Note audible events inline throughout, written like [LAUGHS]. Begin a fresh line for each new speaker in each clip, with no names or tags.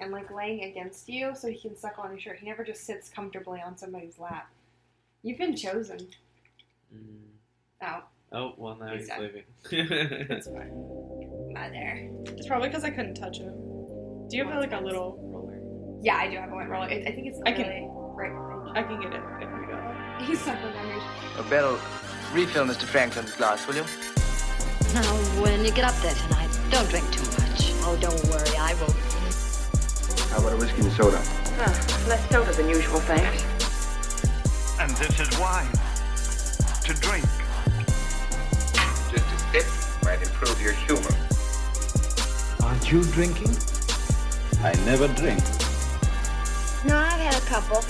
and like laying against you so he can suckle on your shirt. He never just sits comfortably on somebody's lap. You've been chosen.
Mm.
Oh,
Oh, well, now
He's
he's,
done.
leaving. [LAUGHS]
It's fine.
mother.
It's probably because I couldn't touch him. Do you have
One
like a
time.
little roller?
Yeah, I do have a wet roller. It, I think it's
I can-
literally right behind
I can get it if we go.
you. [LAUGHS] He's suckling on your
A barrel. Refill Mr. Franklin's glass, will you?
Now, when you get up there tonight, don't drink too much. Oh, don't worry, I won't.
How about a whiskey and soda?
Less soda than usual, thanks.
And this is wine to drink.
Just a sip might improve your humor.
Aren't you drinking?
I never drink.
No, I've had a couple.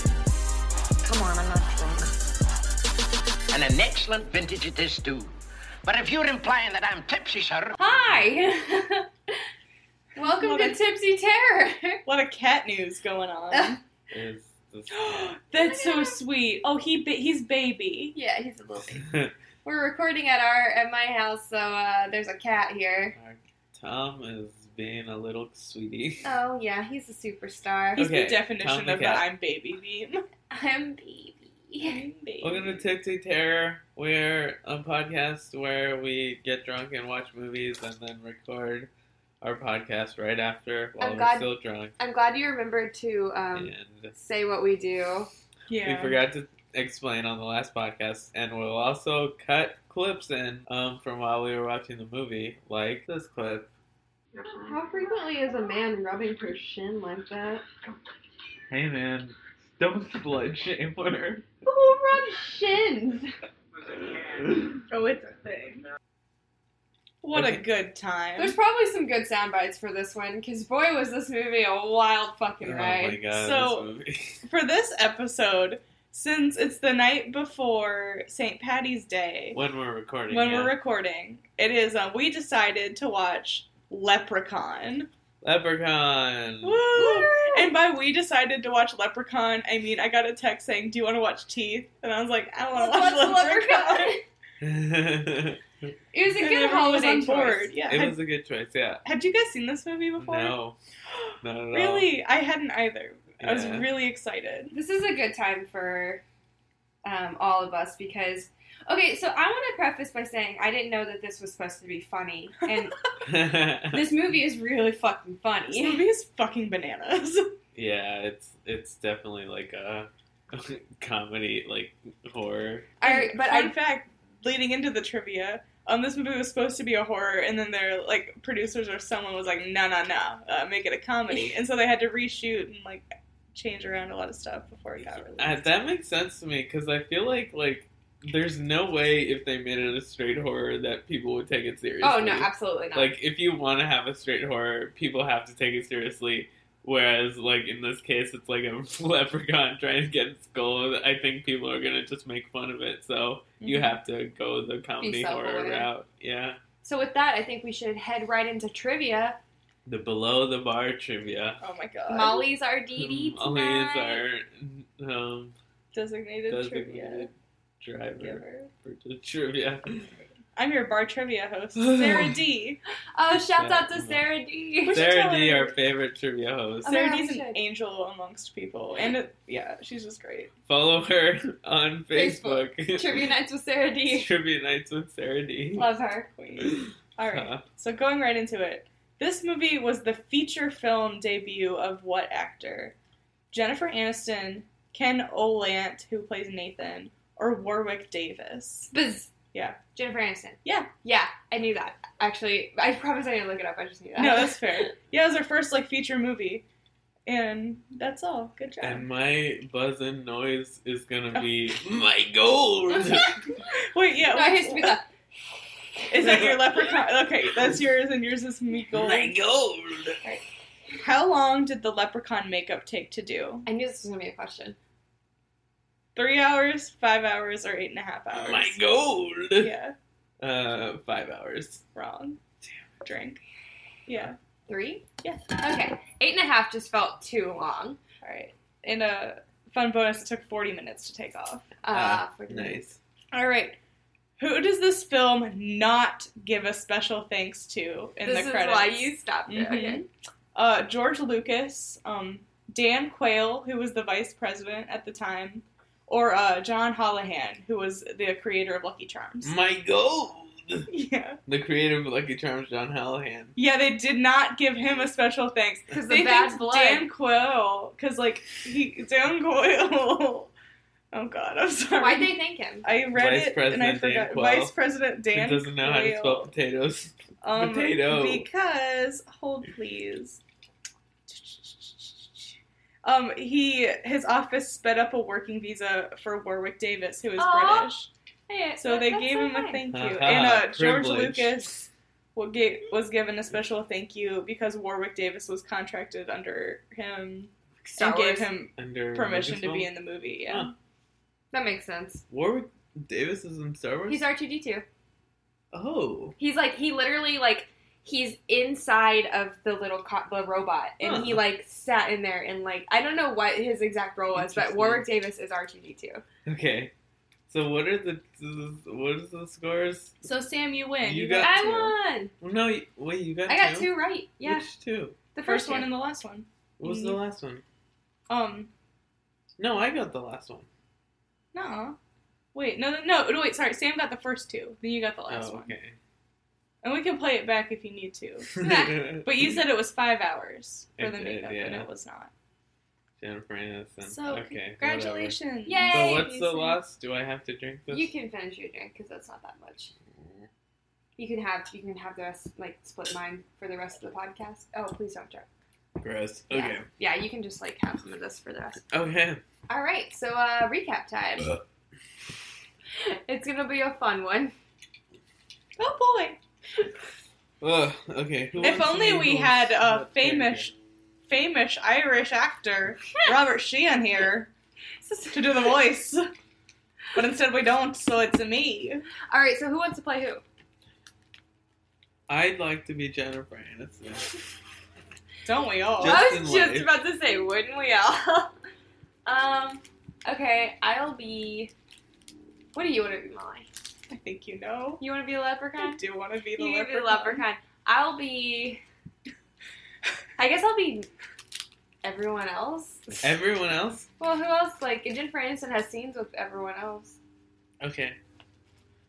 Come on, I'm not drunk.
And an excellent vintage it is, too. But if you're implying that I'm tipsy, sir,
Hi! [LAUGHS] Welcome
What
to
a-
Tipsy Terror. [LAUGHS]
A lot of cat news going [LAUGHS] on. [GASPS]
Is
[GASPS]
this...
That's so sweet. Oh, he ba- he's baby.
yeah, he's a little baby. We're recording at our at my house, so uh, there's a cat here.
Tom is being a little
[LAUGHS]
sweetie.
Oh yeah, he's a superstar.
He's
Okay,
the definition
Tom the
of the
cat.
I'm baby meme. [LAUGHS]
I'm baby.
I'm baby.
Welcome to Tipsy Terror. We're a podcast where we get drunk and watch movies and then record our podcast right after while
I'm
we're
glad-
still drunk.
I'm glad you remembered to um,
and
say what we do.
yeah.
we forgot to explain on the last podcast, and we'll also cut clips in um, from while we were watching the movie, like this clip.
How frequently is a man rubbing her shin like that?
Hey man, don't blood shame her.
Who rubs shins?
Oh, it's a thing. What a
Okay.
good time.
There's probably some good sound bites for this one, because boy was this movie a wild fucking
Oh my
ride.
god,
So-
this movie.
For this episode, since it's the night before St. Patty's Day,
when we're recording.
when
yeah.
we're recording, it is um, we decided to watch Leprechaun.
Leprechaun.
Woo! [LAUGHS] And by we decided to watch Leprechaun, I mean I got a text saying, "Do you want to watch Teeth?" And I was like, "I want
Let's
to watch
watch
Leprechaun."
[LAUGHS] Leprechaun.
[LAUGHS] it
It was a
And
good
everyone was
holiday
on board.
choice.
Yeah. Had,
was a good choice. Yeah.
had you guys seen this movie before?
No, [GASPS] not at all.
Really, I hadn't either. I was
Yeah.
really excited.
This is a good time for um, all of us because. Okay, so I want to preface by saying I didn't know that this was supposed to be funny,
[LAUGHS]
and this movie is really fucking
This
funny.
movie is fucking
[LAUGHS]
bananas.
[LAUGHS] yeah, it's it's definitely like a [LAUGHS] comedy, like horror.
I, but
fun
I
fact, leading into the trivia, um, this movie was supposed to be a horror, and then their like producers or someone was like, "No, no, no, uh, make it
[LAUGHS]
a comedy," and so they had to reshoot and like change around a lot of stuff before it got released.
Uh, that makes sense to me because I feel like like there's no way if they made it a straight horror that people would take it seriously.
oh no, absolutely not.
like if you want to have a straight horror, people have to take it seriously. Whereas like in this case, it's like a [LAUGHS] leprechaun trying to get its goal. I think people are gonna just make fun of it, so you
Mhm.
have to go the comedy horror
self-aware.
route. Yeah,
so with that, I think we should head right into trivia.
the below the bar trivia.
Oh my god!
Molly's our DD tonight.
[LAUGHS] Molly is our um,
designated, trivia
designated driver
giver.
for the trivia.
I'm your bar trivia host, Sarah D.
Oh, shout out to
Yeah.
Sarah D. [LAUGHS]
should
Sarah
tell
D,
her.
our favorite trivia host.
Oh my
Sarah
God,
D's
we
an
should.
angel amongst people, and it, yeah, she's just great.
Follow her on
Facebook.
Facebook. [LAUGHS]
Trivia nights with Sarah D.
Trivia nights with Sarah D.
Love her.
Queen. All right.
Uh,
So going right into it, this movie was the feature film debut of what actor? Jennifer Aniston, Ken Olant, who plays Nathan, or Warwick Davis?
Biz.
Yeah.
Jennifer Aniston.
Yeah.
Yeah, I knew that. Actually, I promise I didn't look it up. I just knew that.
No, that's fair. Yeah, it was her first like feature movie, and that's all. Good job.
and my buzz and noise is gonna
[LAUGHS]
be my gold.
Wait,
[LAUGHS]
yeah,
No, it has to be the.
is that your leprechaun? Okay, that's yours, and yours is me gold.
my gold.
How long did the leprechaun makeup take to do?
I knew this was gonna be a question.
Three hours, five hours, or eight and a half hours?
My gold.
Yeah,
Uh, five hours.
wrong. Drink. Yeah.
Three?
Yeah.
Okay. Eight and a half just felt too long.
All right. In a uh, fun bonus, it took 40 minutes to take off.
Uh,
Ah,
for
Nice.
All right. Who does this film not give a special thanks to in
This
the
is
credits?
why you stopped it.
Mhm.
Okay.
uh, George Lucas, um, Dan Quayle, who was the vice president at the time, or uh, John Hollihan, who was the creator of Lucky Charms.
My gold.
[LAUGHS] Yeah.
The creator of Lucky Charms, John Hallahan.
Yeah, they did not give him a special thanks.
Because
they
the bad
thanked
blood.
Dan Quayle, because, like, he, Dan Quayle. [LAUGHS] oh, God, I'm sorry.
Why'd they thank him?
I read
Vice
it and I
President Dan
forgot.
Quayle.
Vice President Dan
He doesn't know how to
Quayle.
spell potatoes. [LAUGHS]
Um,
Potato.
Because hold please. Um, he his office sped up a working visa for Warwick Davis, who is
Aw.
British. So they gave him a thank you,
Haha,
and uh, George
privilege.
Lucas wa- ga- was given a special thank you because Warwick Davis was contracted under him
Star
and
Wars.
gave him
Under
permission to
Lucasfilm?
be in the movie. Yeah.
Huh.
That makes sense.
Warwick Davis is in Star Wars.
He's R2D2.
oh,
He's like he literally like he's inside of the little co- the robot, and he
Huh.
like sat in there and like I don't know what his exact role was, but
Interesting.
Warwick Davis is R2D2.
okay. So what are the what is the scores?
So Sam, you win.
You
You
got
got
two.
I won.
Well, no, you- wait, you got
I got two
two?
right. Yeah,
Which two?
the
the first one
two.
and the last one.
What was the
Mhm.
last one?
Um,
No, I got the last one.
no. Wait, no, no, no, no, wait, sorry. Sam got the first two, then you got the last
oh,
one.
okay.
And we can play it back if you need
[LAUGHS]
to. [LAUGHS]
Yeah.
But you said it was five hours for
It
the
did,
makeup, and
yeah.
it was not.
[LAUGHS] Jennifer Aniston.
So
okay,
congratulations!
Yay!
whatever. So what's the
Jason.
last? Do I have to drink this?
you can finish your drink because that's not that much. You can have you can have the rest like split mine for the rest of the podcast. Oh, please don't drink.
Gross.
Yeah.
Okay. Oh,
Yeah, you can just like have some of this for the rest.
Okay.
All right, so uh, recap time. [LAUGHS] it's gonna be a fun one.
Oh boy!
Ugh, okay. who
If
wants to
only
be
we
the
had a
most
famous-
character?
Famous Irish actor Robert Sheehan here to do the voice,
[LAUGHS]
but instead we don't. So it's me.
[LAUGHS] All right, so who wants to play who?
I'd like to be Jennifer Aniston.
Don't we all?
Just-
I was
in
just
life.
about to say, wouldn't we all? [LAUGHS] um, okay, I'll be. What do you want to be, Molly?
I think you know.
You want to be a leprechaun?
I do want to be the
you
leprechaun.
be leprechaun. I'll be. I guess I'll be everyone else.
Everyone else?
Well, who else? Like Jennifer Aniston has scenes with everyone else.
Okay.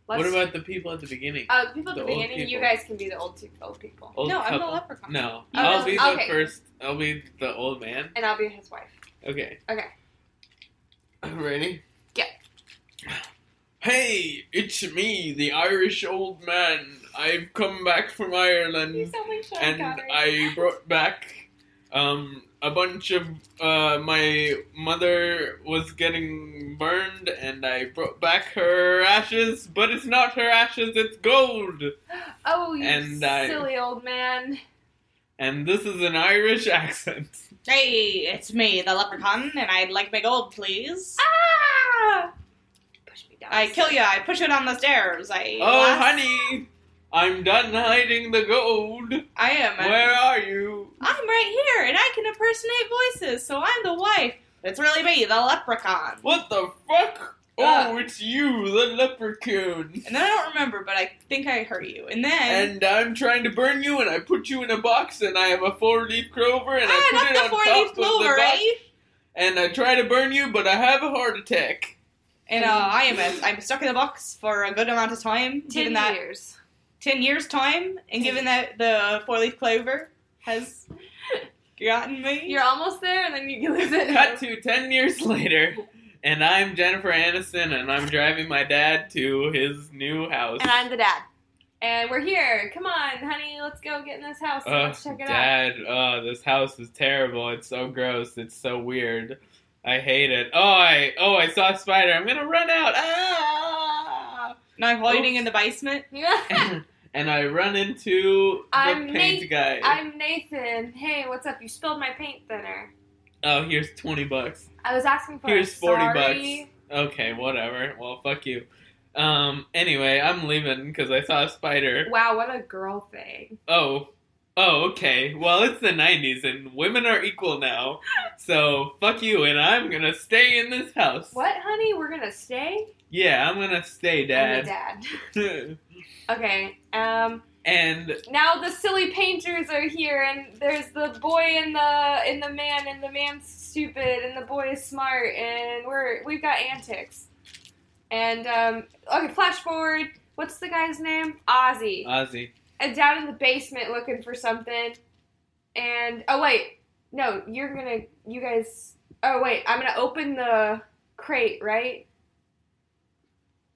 Let's,
What about the people at the beginning?
uh, the people at the,
the old
beginning? You
people?
guys can be the old two old people,
Old
No, I'm the
couple?
leprechaun.
No,
You
I'll
just-
be the
okay.
first. I'll be the old man.
and I'll be his wife.
Okay.
Okay.
[CLEARS THROAT] Ready?
Yeah.
Hey, it's me, the Irish old man. I've come back from Ireland.
You sound like [LAUGHS] Sean
and
Connery.
I brought back um, a bunch of. Uh, my mother was getting burned, and I brought back her ashes, but it's not her ashes, it's gold!
oh, you
and I-
silly old man.
And this is an Irish accent.
Hey, it's me, the leprechaun, and I'd like my gold, please.
Ah! Push me down.
I kill you. I push you down the stairs. I.
Oh, honey! I'm done hiding the gold!
I am. a-
Where are you?
I'm right here, and I can impersonate voices, so I'm the wife. It's really me, the leprechaun.
What the fuck? Oh, it's you, the leprechaun!
And then I don't remember, but I think I heard you. And then
And I'm trying to burn you, and I put you in a box, and I have a four-leaf clover, and I
ah,
put it
not
on
the four
top
leaf
of the
clover,
box,
eh?
and I try to burn you, but I have a heart attack.
And uh, I am a, I'm stuck in the box for a good amount of time,
ten
given that
years.
ten years time, and given that the four leaf clover
[LAUGHS]
has gotten me.
You're almost there, and then you can lose it.
Cut to ten years [LAUGHS] later, and I'm Jennifer Aniston, and I'm driving my dad to his new house.
and I'm the dad. And we're here. Come on, honey, let's go get in this house.
Ugh,
let's check it out. [LAUGHS]
Oh, Dad, oh, this house is terrible. It's so gross. It's so weird. I hate it. Oh, I oh, I saw a spider. I'm gonna run out. Ah!
and I'm hiding in the basement.
Yeah.
and I run into the
I'm
paint
Nate.
guy.
I'm Nathan. Hey, what's up? You spilled my paint thinner.
Oh, here's twenty bucks.
I was asking for.
Here's
a
forty
sorry.
bucks. Okay, whatever. Well, fuck you. Um. Anyway, I'm leaving because I saw a spider.
Wow, what a girl thing.
Oh. Oh, okay. Well, it's the 90s and women are equal now. So, fuck you and I'm gonna stay in this house.
What, honey? We're gonna stay.
Yeah, I'm gonna stay,
I'm the
Dad.
dad. [LAUGHS] Okay. Um.
[LAUGHS] and
Now the silly painters are here, and there's the boy and the and the man, and the man's stupid, and the boy is smart, and we're we've got antics. And um, okay, flash forward. What's the guy's name? Ozzy.
Ozzy.
and down in the basement looking for something. And oh wait, no, you're gonna, you guys. Oh wait, I'm gonna open the crate, right?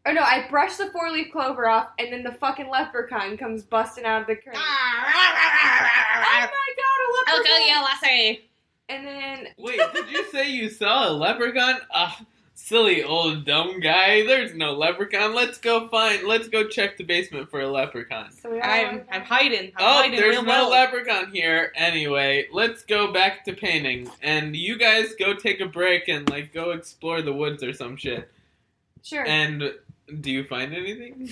Oh no, I brush the four leaf clover off, and then the fucking leprechaun comes busting out of the crate. Oh my god, a leprechaun!
lassie.
And then
Wait, did you say you saw a leprechaun? Ah, silly old dumb guy. There's no leprechaun. Let's go find. Let's go check the basement for a leprechaun.
so we all
I'm I'm hiding. I'm
Oh,
hiding
there's
real
no
well.
leprechaun here. Anyway, let's go back to painting, and you guys go take a break and like go explore the woods or some shit.
sure.
And do you find anything?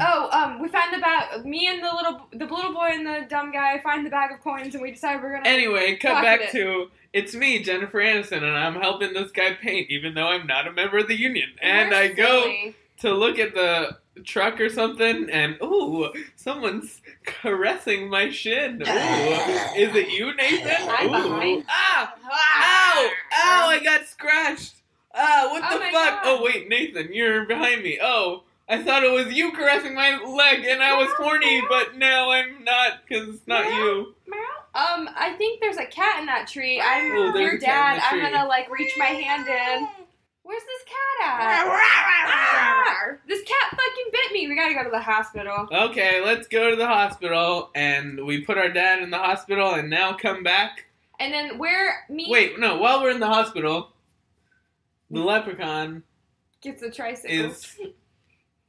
Oh, um, we found the bag. Me and the little, the little boy and the dumb guy find the bag of coins, and we decide we're gonna.
Anyway, cut
Pocket
back
it.
to it's me, Jennifer Aniston, and I'm helping this guy paint, even though I'm not a member of the union. And
We're
I go.
silly.
to look at the truck or something, and ooh, someone's caressing
[LAUGHS]
my shin. Ooh, is it you, Nathan?
I'm
Ooh.
behind.
Ah! Ow! Ow! I got scratched. Ah! What
Oh
the
my God.
fuck? Oh wait, Nathan, you're behind me. Oh, I thought it was you caressing my leg, and I was
No.
horny, but now I'm not because it's not
No. [LAUGHS]
you.
Um, I think there's a cat in that tree. I'm
Oh, there's
your
a cat in
dad.
the
I'm
tree.
gonna like reach my hand in. Where's this cat at? Ah! This cat fucking bit me. We gotta go to the hospital.
Okay, let's go to the hospital, and we put our dad in the hospital, and now come back.
And then where me
Wait, no. While we're in the hospital, the leprechaun
gets a tricycle.
is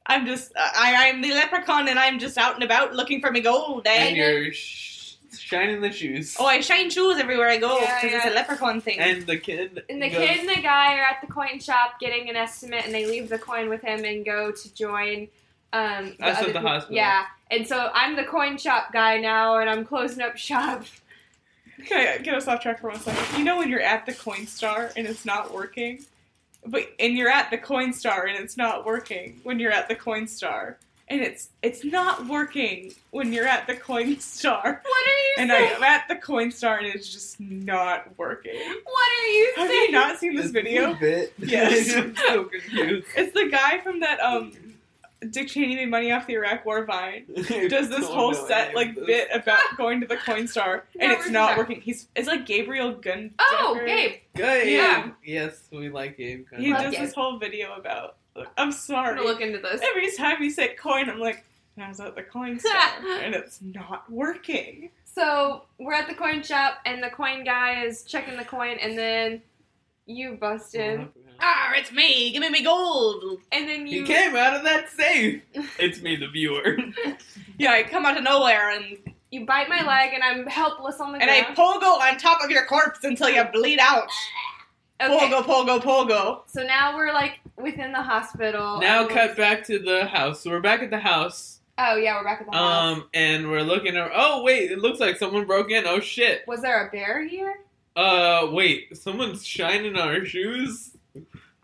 I'm just I I'm the leprechaun and I'm just out and about looking for my gold.
and
Eh?
you're sh- shining the shoes.
Oh, I shine shoes everywhere I go
Yeah,
because it's
yeah.
a leprechaun thing.
and the kid.
And the
goes-
kid and the guy are at the coin shop getting an estimate, and they leave the coin with him and go to join. Um, the
Us at
other
the
peop-
hospital.
Yeah, and so I'm the coin shop guy now, and I'm closing up shop. [LAUGHS]
Can I get us off track for one second? You know when you're at the Coinstar and it's not working? But and you're at the Coinstar and it's not working when you're at the Coinstar. And it's it's not working when you're at the [LAUGHS]
What
Coinstar.
are you
And
saying?
I'm at the Coinstar and it's just not working.
[LAUGHS] What are you
Have
saying?
you not seen this
[LAUGHS]
video?
Bit.
Yes.
I'm so [LAUGHS] confused.
It's the guy from that um Dick Cheney made money off the Iraq War Vine. does this
Don't
whole
know
set
any
like
of this.
bit about going to the Coinstar and
No,
it's
we're
not
not.
working. He's it's like Gabriel Gunn.
Oh, Gabe.
Good.
Yeah.
Yes, we like Gabe. Gunn.
He
Love
does
it.
this whole video about. I'm
I'm
sorry.
gonna look into this.
Every time you say coin, I'm like, and I was at the coin [LAUGHS] store and it's not working.
So we're at the coin shop, and the coin guy is checking the coin, and then you bust
Uh-huh.
in,
Ah, it's me. Give me my gold.
and then
He
you.
came out of
[LAUGHS]
that safe. it's me, the viewer.
Yeah, I come out of nowhere and
You bite my leg, and I'm helpless on the
and I
Uh-huh.
ground.
pogo on top of your corpse until you bleed out.
okay.
Pogo, pogo, pogo.
So now we're like within the
Oh,
hospital.
now
and-
cut back to the house. So we're back at the house.
Oh yeah, we're back at the house.
Um, and we're looking. At, oh wait, it looks like someone broke in. Oh shit.
Was there a bear here?
Uh, wait, someone's shining our shoes?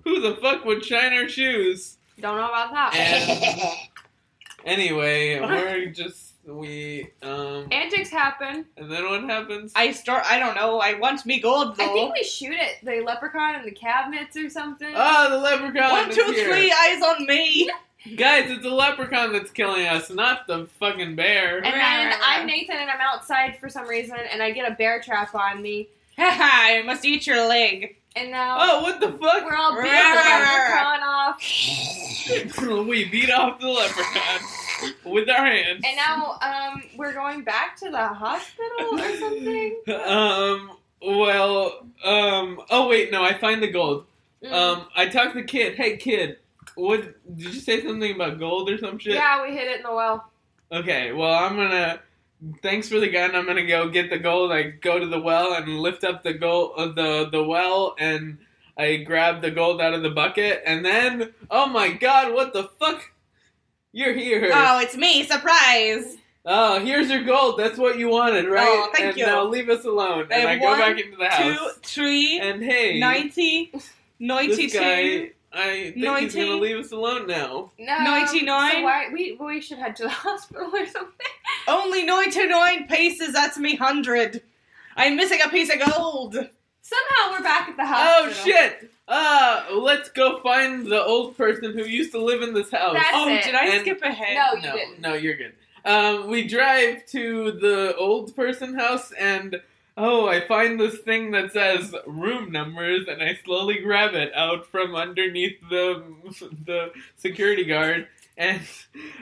Who the fuck would shine our shoes?
Don't know about that.
[LAUGHS]
[LAUGHS]
And anyway, we're just, we, um,
Antics happen.
and then what happens?
I start. I don't know. I want me gold though.
I think we shoot at the leprechaun in the cabinets or something.
Oh, the leprechaun!
One,
is
two,
here.
three, eyes on me.
Guys, it's the leprechaun that's killing us, not the fucking bear.
and uh, then I'm Nathan, and I'm outside for some reason, and I get a bear trap on me,
[LAUGHS] Haha, I must eat your leg.
and now.
oh, what the
We're
[LAUGHS] fuck?
all beating the leprechaun off.
we beat off the leprechaun with our hands.
And now um, we're going back to the hospital
[LAUGHS]
or something.
Um, well, um, oh wait, no, I find the gold.
Mm.
Um, I talked to the kid. Hey, kid, what did you say something about gold or some shit?
yeah, we hid it in the well.
Okay, well, I'm gonna. Thanks for the gun. I'm gonna go get the gold. I go to the well and lift up the gold, uh, the the well, and I grab the gold out of the bucket. And then, oh my god, what the fuck? You're here.
Oh, it's me. Surprise.
Oh, here's your gold. That's what you wanted, right?
Oh, thank
and
you.
Now leave us alone.
I
And I
have
go
one,
back into the house.
Two, three.
and hey,
90,
[LAUGHS] this
92.
guy, I think he's gonna
19.
leave us alone now.
No,
99?
So why we we should head to the [LAUGHS] hospital or something?
Only 99 pieces, that's me 100. I'm missing a piece of gold.
Somehow we're back at the
Oh
hospital.
shit! Uh, let's go find the old person who used to live in this house.
That's
oh,
it.
did I
And-
skip ahead?
No, you
no,
didn't.
no, you're good. Um, we drive to the old person house, and oh, I find this thing that says room numbers, and I slowly grab it out from underneath the [LAUGHS] the security guard, and [LAUGHS]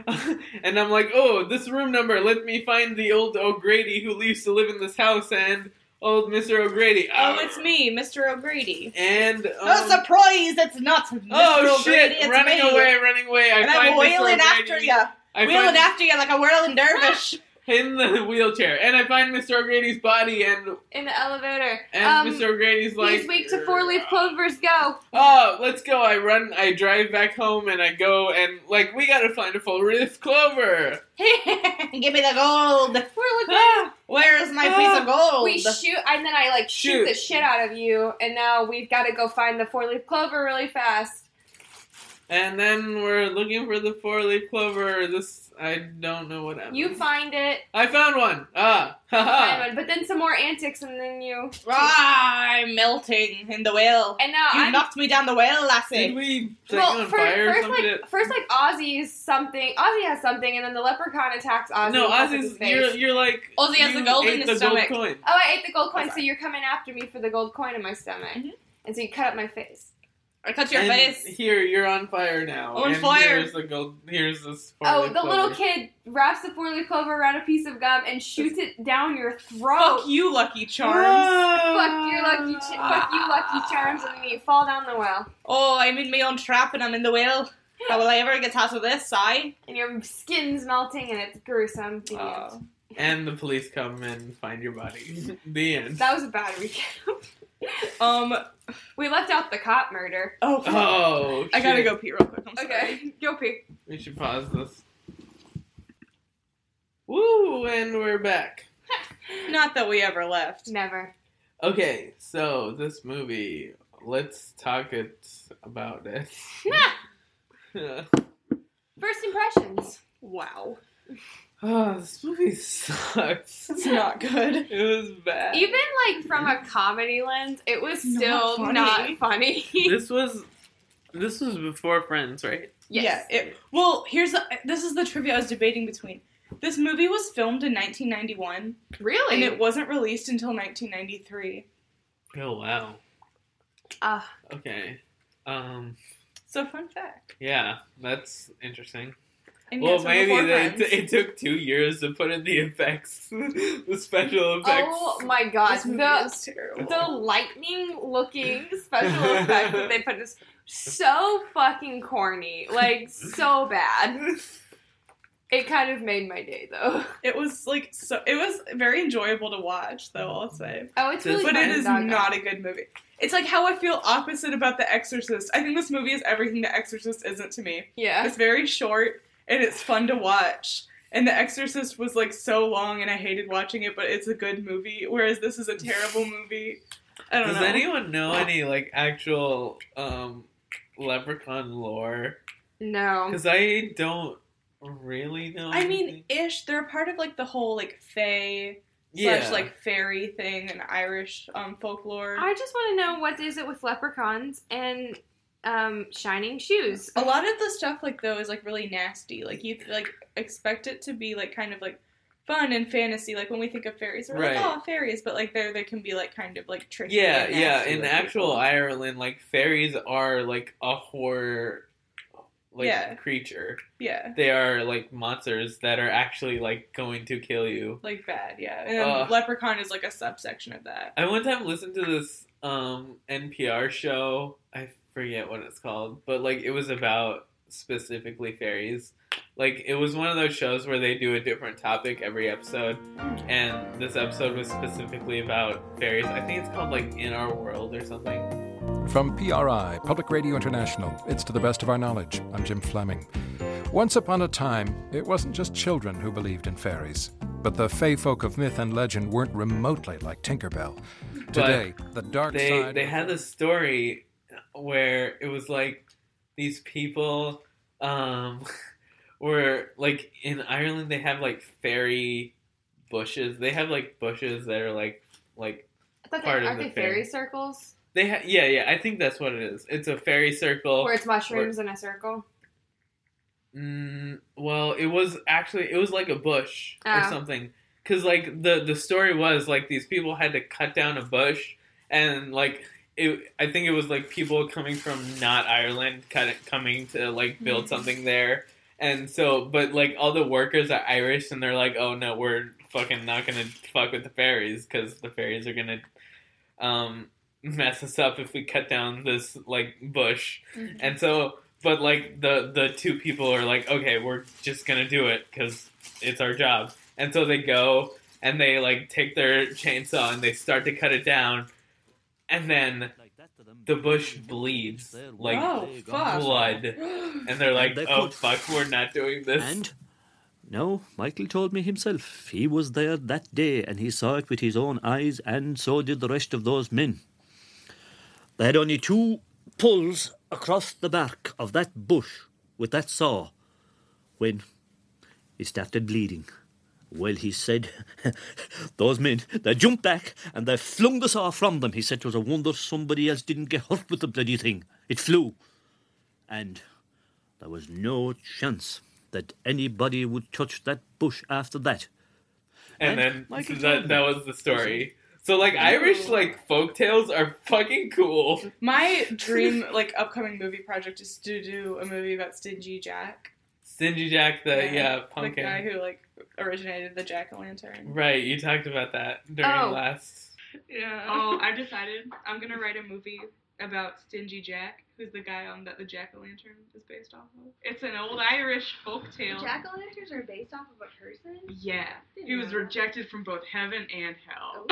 and I'm like, oh, this room number. Let me find the old O'Grady who used to live in this house, and old Mister O'Grady. Ah.
Oh, it's me, Mr. O'Grady.
and um,
no surprise, it's not Mr.
Oh
O'Grady,
shit!
it's
Running
me.
away, running away. I
and
find
I'm
Mr.
wailing
O'Grady.
after you,
I
wailing
find
after you like a whirling dervish. [LAUGHS]
in the wheelchair, and I find Mr. O'Grady's body, and
In the elevator.
and
um,
Mr. O'Grady's like,
he's weak to four leaf clovers. Go.
Oh, let's go! I run, I drive back home, and I go and like we gotta find a full leaf clover.
Give me the gold.
We're looking.
Ah.
Where is my piece of
[GASPS]
gold?
We shoot, and then I like shoot.
Shoot.
the shit out of you, and now we've got to go find the four leaf clover really fast.
And then we're looking for the four leaf clover. This I don't know what happened.
You find it,
I found one. Ah, [LAUGHS] haha.
Simon, but then some more antics, and then you.
ah, I'm melting in the well.
And now
you
I'm.
knocked me down the well,
Did
lassie.
we set you
well,
on
fir-
fire or
first
something?
like first like Ozzy's something. Ozzy has something, and then the leprechaun attacks Ozzy.
no,
and cuts his
Ozzy's.
face.
You're, you're like
Ozzy has
you
the gold in
ate
his
the
stomach.
gold coin.
Oh, I ate the gold coin,
That's
so you're coming after me for the gold coin in my stomach,
Mm-hmm.
Mhm.
and so you cut up my face.
I cut your
And
face.
Here, you're on fire now.
I'm on
And
fire.
Here's the gold. Here's this.
Oh,
four-leaf
the little
clover.
kid wraps the four leaf clover around a piece of gum and shoots it down your throat.
Fuck you, Lucky
Ah.
Charms.
Fuck your lucky, ch- fuck you lucky charms, and then you fall down the well,
Oh, I'm in my own trap and I'm in the well. How will I ever get out of this? I.
and your skin's melting, and it's gruesome. The
Uh,
end.
And the police come and find your
[LAUGHS]
body. the end.
That was a bad recap.
Um.
[LAUGHS] we left out the cop murder.
Oh.
oh,
I gotta
shit.
go pee real quick. I'm sorry.
Okay, go pee.
We should pause this. Woo, and we're back.
Not that we ever left.
Never.
Okay, so this movie. Let's talk it about it. [LAUGHS]
First impressions.
Wow.
oh, this movie sucks.
It's not good.
[LAUGHS] It was bad.
Even like from a comedy lens, it was
Not
still
funny.
not funny.
this was. This was before Friends, right?
yes.
Yeah. It, well, here's the, this is the trivia I was debating between. This movie was filmed in 1991
[LAUGHS] Really?
and it wasn't released until 1993.
Oh wow.
Ah.
Okay. Um.
So fun fact.
Yeah, that's interesting.
And
Well,
yes, we're
maybe
before
they,
friends.
it took two years to put in the effects, [LAUGHS] the special effects.
oh my god.
This movie
The,
is terrible.
the lightning looking special effect that they put is so fucking corny. Like, so bad. It kind of made my day though.
It was like so. It was very enjoyable to watch, though I'll say.
Oh, it's
This-
really
But
fun
it
to
is
dog
not
out.
a good movie. It's like how I feel opposite about The Exorcist. I think this movie is everything The Exorcist isn't to me.
Yeah.
It's very short and it's fun to watch. And The Exorcist was like so long and I hated watching it, but it's a good movie. Whereas this is a [LAUGHS] terrible movie. I don't
Does
know.
anyone know any like actual um leprechaun lore?
No.
Because I don't really know.
Oh. I mean,
anything.
ish. They're part of like the whole like fae
yeah,
slash like fairy thing and Irish um folklore.
I just want to know what is it with leprechauns and um shining shoes.
a lot of the stuff like though is like really nasty. Like you like expect it to be like kind of like fun and fantasy. Like when we think of fairies, we're
Right.
like oh fairies, but like there they can be like kind of like tricky.
yeah,
and
yeah.
nasty
In
with
actual
people.
Ireland, like fairies are like a horror, like
Yeah.
creature.
yeah,
They are like monsters that are actually like going to kill you.
like bad, yeah. And then
Ugh.
leprechaun is like a subsection of that.
I one time listened to this um NPR show. I forget what it's called, but like it was about specifically fairies. Like it was one of those shows where they do a different topic every episode, and this episode was specifically about fairies. I think it's called like In Our World or something.
From PRI, Public Radio International, it's to the best of our knowledge. I'm Jim Fleming. Once upon a time, it wasn't just children who believed in fairies, but the fae folk of myth and legend weren't remotely like Tinkerbell. Today, the dark
They
side.
they
of-
had this story where it was like these people um [LAUGHS] where like in Ireland they have like fairy bushes. They have like bushes that are like like
I thought
Part
they,
of
aren't
the
they
fairy.
fairy circles?
they ha- yeah yeah. I think that's what it is. It's a fairy circle.
Where it's mushrooms in a circle?
Mm, well, it was actually it was like a bush or
Oh.
something, because like the the story was like these people had to cut down a bush, and like it I think it was like people coming from not Ireland kind of coming to like build
Mhm.
something there, and so but like all the workers are Irish and they're like, oh no, we're fucking not gonna fuck with the fairies because the fairies are gonna um mess us up if we cut down this like bush and so, but like the the two people are like, okay, we're just gonna do it because it's our job. And so they go and they like take their chainsaw and they start to cut it down, and then the bush bleeds like
Oh, fuck.
blood,
[GASPS]
and they're like,
They
oh
could-
fuck, we're not doing this.
And no, Michael told me himself. He was there that day and he saw it with his own eyes, and so did the rest of those men. They had only two pulls across the bark of that bush with that saw when he started bleeding. Well, he said, [LAUGHS] those men, they jumped back and they flung the saw from them. He said it was a wonder somebody else didn't get hurt with the bloody thing. It flew. And there was no chance that anybody would touch that bush after that.
and then
Michael
so that
Jordan.
that was the story. So like Irish like folk tales are fucking cool.
My dream, like, upcoming movie project is to do a movie about Stingy Jack.
Stingy Jack the Uh, yeah,
The guy
pumpkin.
who, like, originated the jack o' lantern.
Right, you talked about that during
Oh.
last
Yeah. Oh, I've decided I'm gonna write a movie about Stingy Jack, who's the guy on that the Jack o' Lantern is based off of. It's an old Irish folktale.
Jack o' lanterns are based off of a person?
Yeah. Oh. He was rejected from both heaven and hell.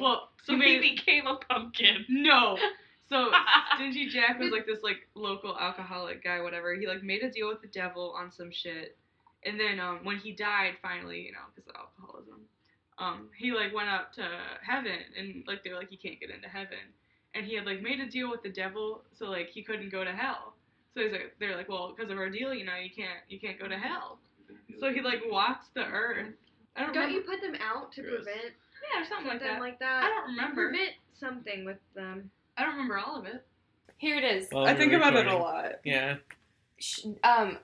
well,
[LAUGHS] So he
became a
[LAUGHS]
pumpkin. [LAUGHS] No. [LAUGHS] So Stingy Jack [LAUGHS] was like this like local alcoholic guy, whatever. He like made a deal with the devil on some shit, and then um, when he died, finally, you know, because of alcoholism, um, he like went up to heaven, and like they were like, you can't get into heaven, and he had like made a deal with the devil, so like he couldn't go to hell. So he's like, they're like, well, because of our deal, you know, you can't, you can't go to hell. So he like walks the earth. I don't,
Don't
remember.
you
Uh-huh.
put them out to
Gross.
prevent
Yeah, or something like that.
like that?
I don't remember.
Prevent something with them.
I don't remember all of it.
Here it is.
Well,
I
we're
think about it a
recording.
lot.
Yeah.
Sh- Um,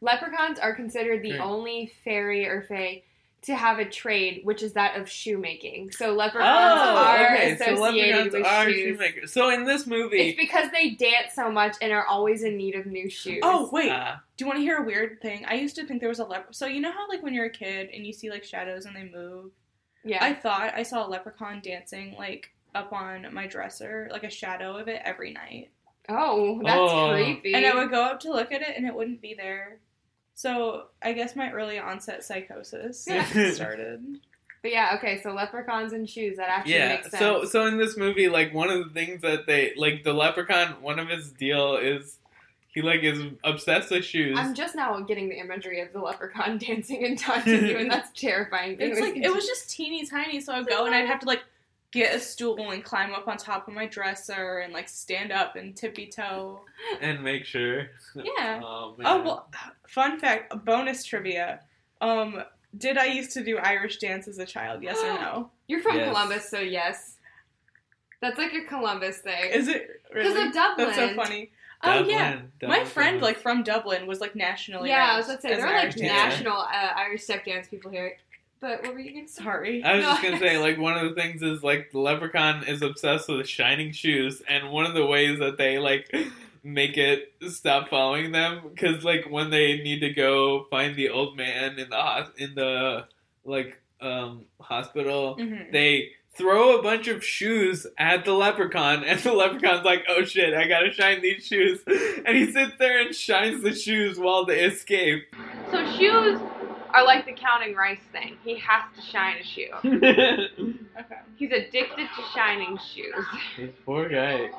leprechauns are considered the
Great.
only fairy or fae to have a trade, which is that of shoemaking. So leprechauns
Oh,
are
okay. So
associated
leprechauns
with
are
shoes.
shoemakers. So in this
It's
movie,
because they dance so much and are always in need of new shoes.
Oh, wait.
uh,
Do you want to hear a weird thing? I used to think there was a leper. So, you know how, like, when you're a kid and you see, like, shadows and they move?
yeah.
I thought I saw a leprechaun dancing, like, up on my dresser, like a shadow of it every night.
oh, that's
Oh.
creepy.
And I would go up to look at it and it wouldn't be there. So, I guess my early onset psychosis
Yeah.
started.
But yeah, okay. So leprechauns and shoes. That actually
yeah.
makes sense.
So so in this movie, like one of the things that they like the leprechaun, one of his deal is he like is obsessed with shoes.
I'm just now getting the imagery of the leprechaun [LAUGHS] dancing and taunting you, and
[LAUGHS]
that's terrifying.
[LAUGHS] It's like
[LAUGHS]
it was just teeny tiny, so I'd go and I'd have to like get a stool and climb up on top of my dresser and like stand up and tippy toe.
and make sure.
Yeah.
Oh, man.
Oh well, fun fact, a bonus trivia. Um, did I used to do Irish dance as a child? Yes or
[GASPS]
no?
You're from
Yes.
Columbus, so yes. That's like a Columbus thing.
Is it
Because
really?
of Dublin.
That's so funny.
Dublin,
oh yeah, my
Dublin.
friend like from Dublin was like nationally.
Yeah, I was
ranked
about to say
as
there
an
are like
Irish dancer.
[LAUGHS] national uh, Irish step dance people here. But what were you gonna say?
Sorry.
I was just
No,
gonna say, like, one of the things is like the leprechaun is obsessed with shining shoes, and one of the ways that they like make it stop following them because like when they need to go find the old man in the hos- in the like um hospital,
Mhm.
they throw a bunch of shoes at the leprechaun, and the leprechaun's like, "Oh shit, I gotta shine these shoes," and he sits there and shines the shoes while they escape. [LAUGHS]
So shoes are like the counting rice thing. He has to shine a shoe.
Okay.
He's addicted to shining shoes.
this poor [LAUGHS] guy.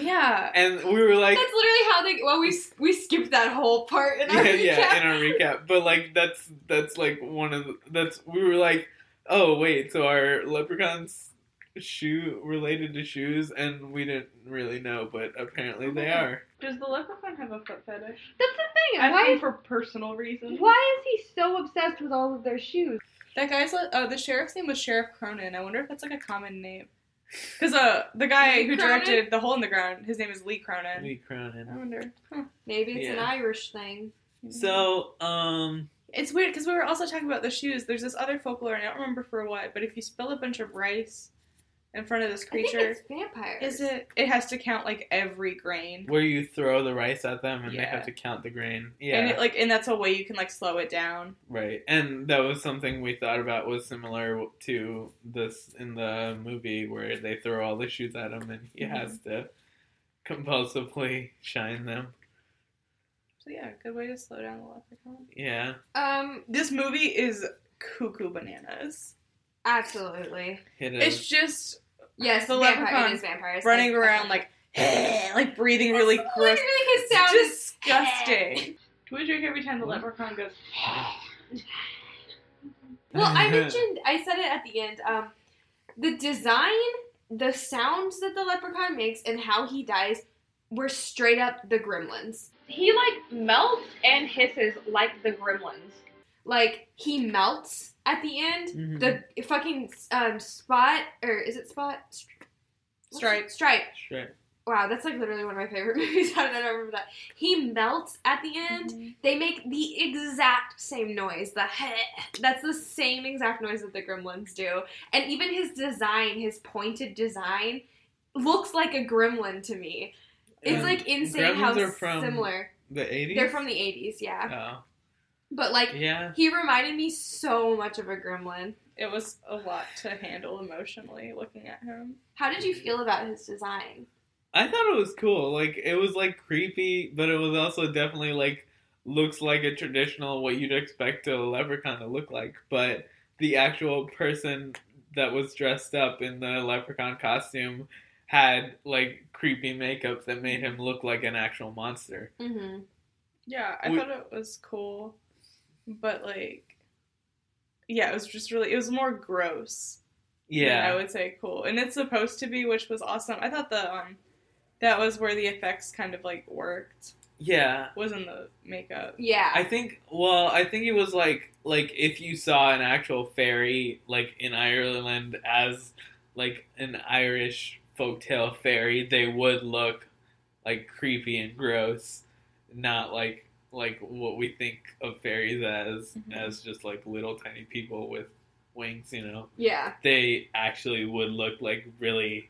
Yeah.
And we were like,
That's literally how they. Well, we we skipped that whole part in our
[LAUGHS] yeah,
recap.
yeah, in our recap. But like that's that's like one of the, that's we were like, oh wait, so our leprechauns shoe related to shoes, and we didn't really know, but apparently they are.
Oh.
Does the leprechaun have a foot fetish?
That's the thing. thing.
Asking
why is,
for personal
Mm-hmm.
reasons.
why is he so obsessed with all of their shoes?
That guy's li- uh, the sheriff's name was Sheriff Cronin. I wonder if that's like a common name. Because uh, the guy
Lee
who
Cronin?
directed The Hole in the Ground, his name is Lee Cronin.
Lee Cronin.
I wonder.
Maybe it's an
Yeah.
Irish thing.
So, um,
It's weird because we were also talking about the shoes. There's this other folklore, and I don't remember for what, but if you spill a bunch of rice in front of this
I
creature,
think it's vampires.
is it? It has to count like every grain,
Where you throw the rice at them and they
Yeah.
have to count the grain. Yeah.
and it, like, and that's a way you can like slow it down.
Right, and that was something we thought about was similar to this in the movie where they throw all the shoes at him and he
Mm-hmm.
has to compulsively shine them.
So yeah, good way to slow down the leprechaun.
Yeah,
Um,
This movie is cuckoo bananas.
absolutely.
it
It's
is.
just
Yes,
The
the vampire,
leprechaun
it is vampires.
running
Like,
around like [LAUGHS] like breathing really gross.
Literally, his sound is
It's disgusting. [LAUGHS]
Do we drink every time the leprechaun goes?
Well, I mentioned, I said it at the end. Um, the design, the sounds that the leprechaun makes, and how he dies were straight up the gremlins.
He like melts and hisses like the gremlins.
Like he melts at the end.
Mhm.
The fucking um spot or is it spot? Stri- what's
Stripe.
it? Stripe.
Right.
Wow, that's like literally one of my favorite [LAUGHS] movies. How did I not remember that? He melts at the end. They make the exact same noise. The [LAUGHS] that's the same exact noise that the gremlins do. And even his design, his pointed design, looks like a gremlin to me. It's
Um,
like insane how
gremlins are from
similar.
the 80s?
They're from the 80s, yeah.
Oh.
But like
Yeah.
he reminded me so much of a gremlin.
It was a lot to handle emotionally looking at him.
How did you feel about his design?
I thought it was cool. Like it was like creepy, but it was also definitely like looks like a traditional what you'd expect a leprechaun to look like, but the actual person that was dressed up in the leprechaun costume had like creepy makeup that made him look like an actual monster.
Mm-hmm.
Yeah, I
We-
thought it was cool, but like, yeah, it was just really. It was more gross. than I
Yeah.
would say cool, and it's supposed to be, which was awesome. I thought the um, that was where the effects kind of like worked.
Yeah.
Was in the makeup.
Yeah.
I think well, I think it was like like if you saw an actual fairy like in Ireland as like an Irish folktale fairy, they would look like creepy and gross, not like like what we think of fairies as
Mm-hmm.
Mhm.
as just like little tiny people with wings, you know.
Yeah.
They actually would look like really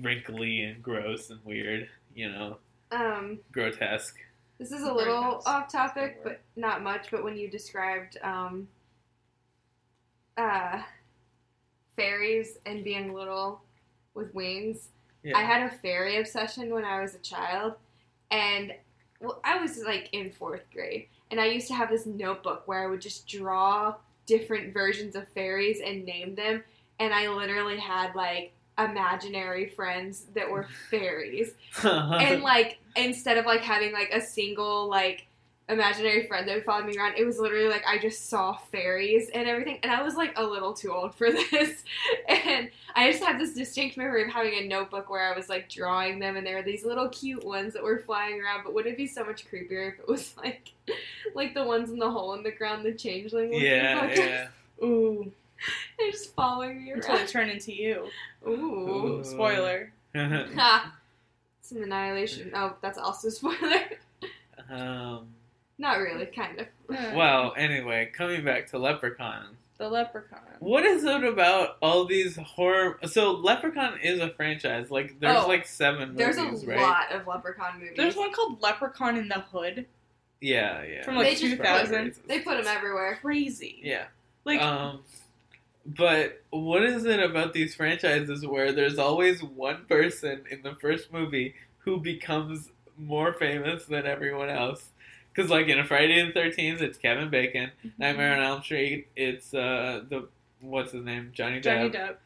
wrinkly and gross and weird, you know,
Um
grotesque.
This is a
Very
little
nice.
off topic,
Good
but
work.
not much. But when you described um, uh, fairies and being little with wings,
Yeah.
I had a fairy obsession when I was a child, and well, I was like in fourth grade, and I used to have this notebook where I would just draw different versions of fairies and name them, and I literally had like imaginary friends that
[LAUGHS]
were fairies
[LAUGHS]
and like instead of like having like a single like imaginary friend that would follow me around it was literally like i just saw fairies and everything and i was like a little too old for [LAUGHS] this and i just have this distinct memory of having a notebook where i was like drawing them and there were these little cute ones that were flying around but wouldn't it be so much creepier if it was [LAUGHS] like like the ones in the hole in the ground the changeling looking [LAUGHS]
yeah,
fuckers?
yeah.
Ooh,
they're just following you
until they
around
turn into you.
ooh
Ooh.
Spoiler.
[LAUGHS] Um,
ha some annihilation oh that's also a spoiler
um,
Not really, kind of.
well, anyway, coming back to Leprechaun.
the leprechaun.
What is it about all these horror? So Leprechaun is a franchise. Like there's
Oh,
like seven
There's
movies,
a
right?
lot of Leprechaun movies.
There's one called Leprechaun in the Hood.
Yeah, yeah.
From,
like,
It's just
2000.
races.
They put them everywhere.
Crazy.
Yeah.
Like
um, but what is it about these franchises where there's always one person in the first movie who becomes more famous than everyone else? Because like in Friday the Thirteenth, it's Kevin Bacon.
Mm-hmm.
Nightmare on Elm Street, it's uh the what's his name Johnny Depp.
Johnny Depp.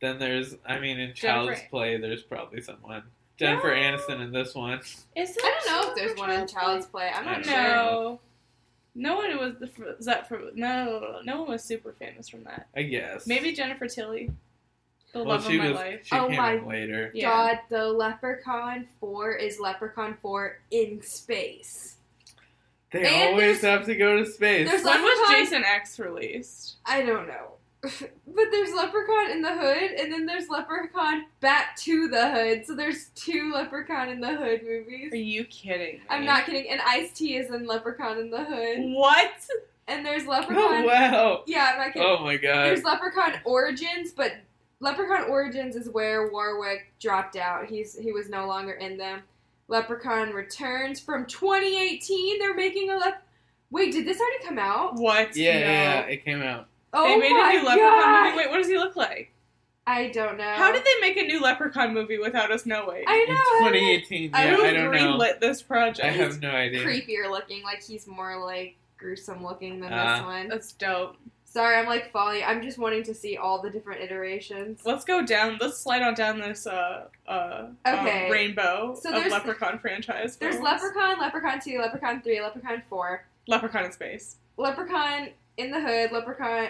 Then there's I mean in Child's
Jennifer-
Play, there's probably someone Jennifer
No.
Aniston in this one.
Is
I don't know if there's one in Child's Play. I'm
I
not
don't
sure.
No. No one was the fr- is that for no no one was super famous from that.
I guess
Maybe Jennifer Tilly, the
well,
love
she
of my
was
life.
she
Oh
came
my
in later.
Yeah.
God, the Leprechaun 4 is Leprechaun 4 in space.
They
And
always have to go to space.
there's
When was
Leprechaun-
Jason X released?
I don't know. [LAUGHS] but there's Leprechaun in the Hood, and then there's Leprechaun Back to the Hood. So there's two Leprechaun in the Hood movies.
Are you kidding? Me?
I'm not kidding. And Ice T is in Leprechaun in the Hood.
What?
And there's
[LAUGHS] Oh
Leprechaun.
wow!
Yeah, I'm not kidding.
Oh my
[LAUGHS]
god!
There's Leprechaun Origins, but Leprechaun Origins is where Warwick dropped out. He's he was no longer in them. Leprechaun Returns from 2018. They're making a lep. Wait, did this already come out?
What?
Yeah,
No.
yeah, yeah, it came out.
Oh
they made
my
a new leprechaun
God.
movie. Wait, what does he look like?
I don't know.
How did they make a new leprechaun movie without us knowing?
I
In
know. I don't-
2018.
I
Yeah,
would've
I don't know.
greenlit this project.
I have no idea.
creepier looking. Like he's more like gruesome looking than
Ah.
Uh.
this one.
That's dope.
Sorry, I'm like falling. I'm just wanting to see all the different iterations.
Let's go down. Let's slide on down this uh uh um,
Okay.
rainbow
So
of
there's-
leprechaun franchise.
There's
films.
Leprechaun, Leprechaun 2, Leprechaun 3, Leprechaun 4,
leprechaun in space.
Leprechaun in the Hood, Leprechaun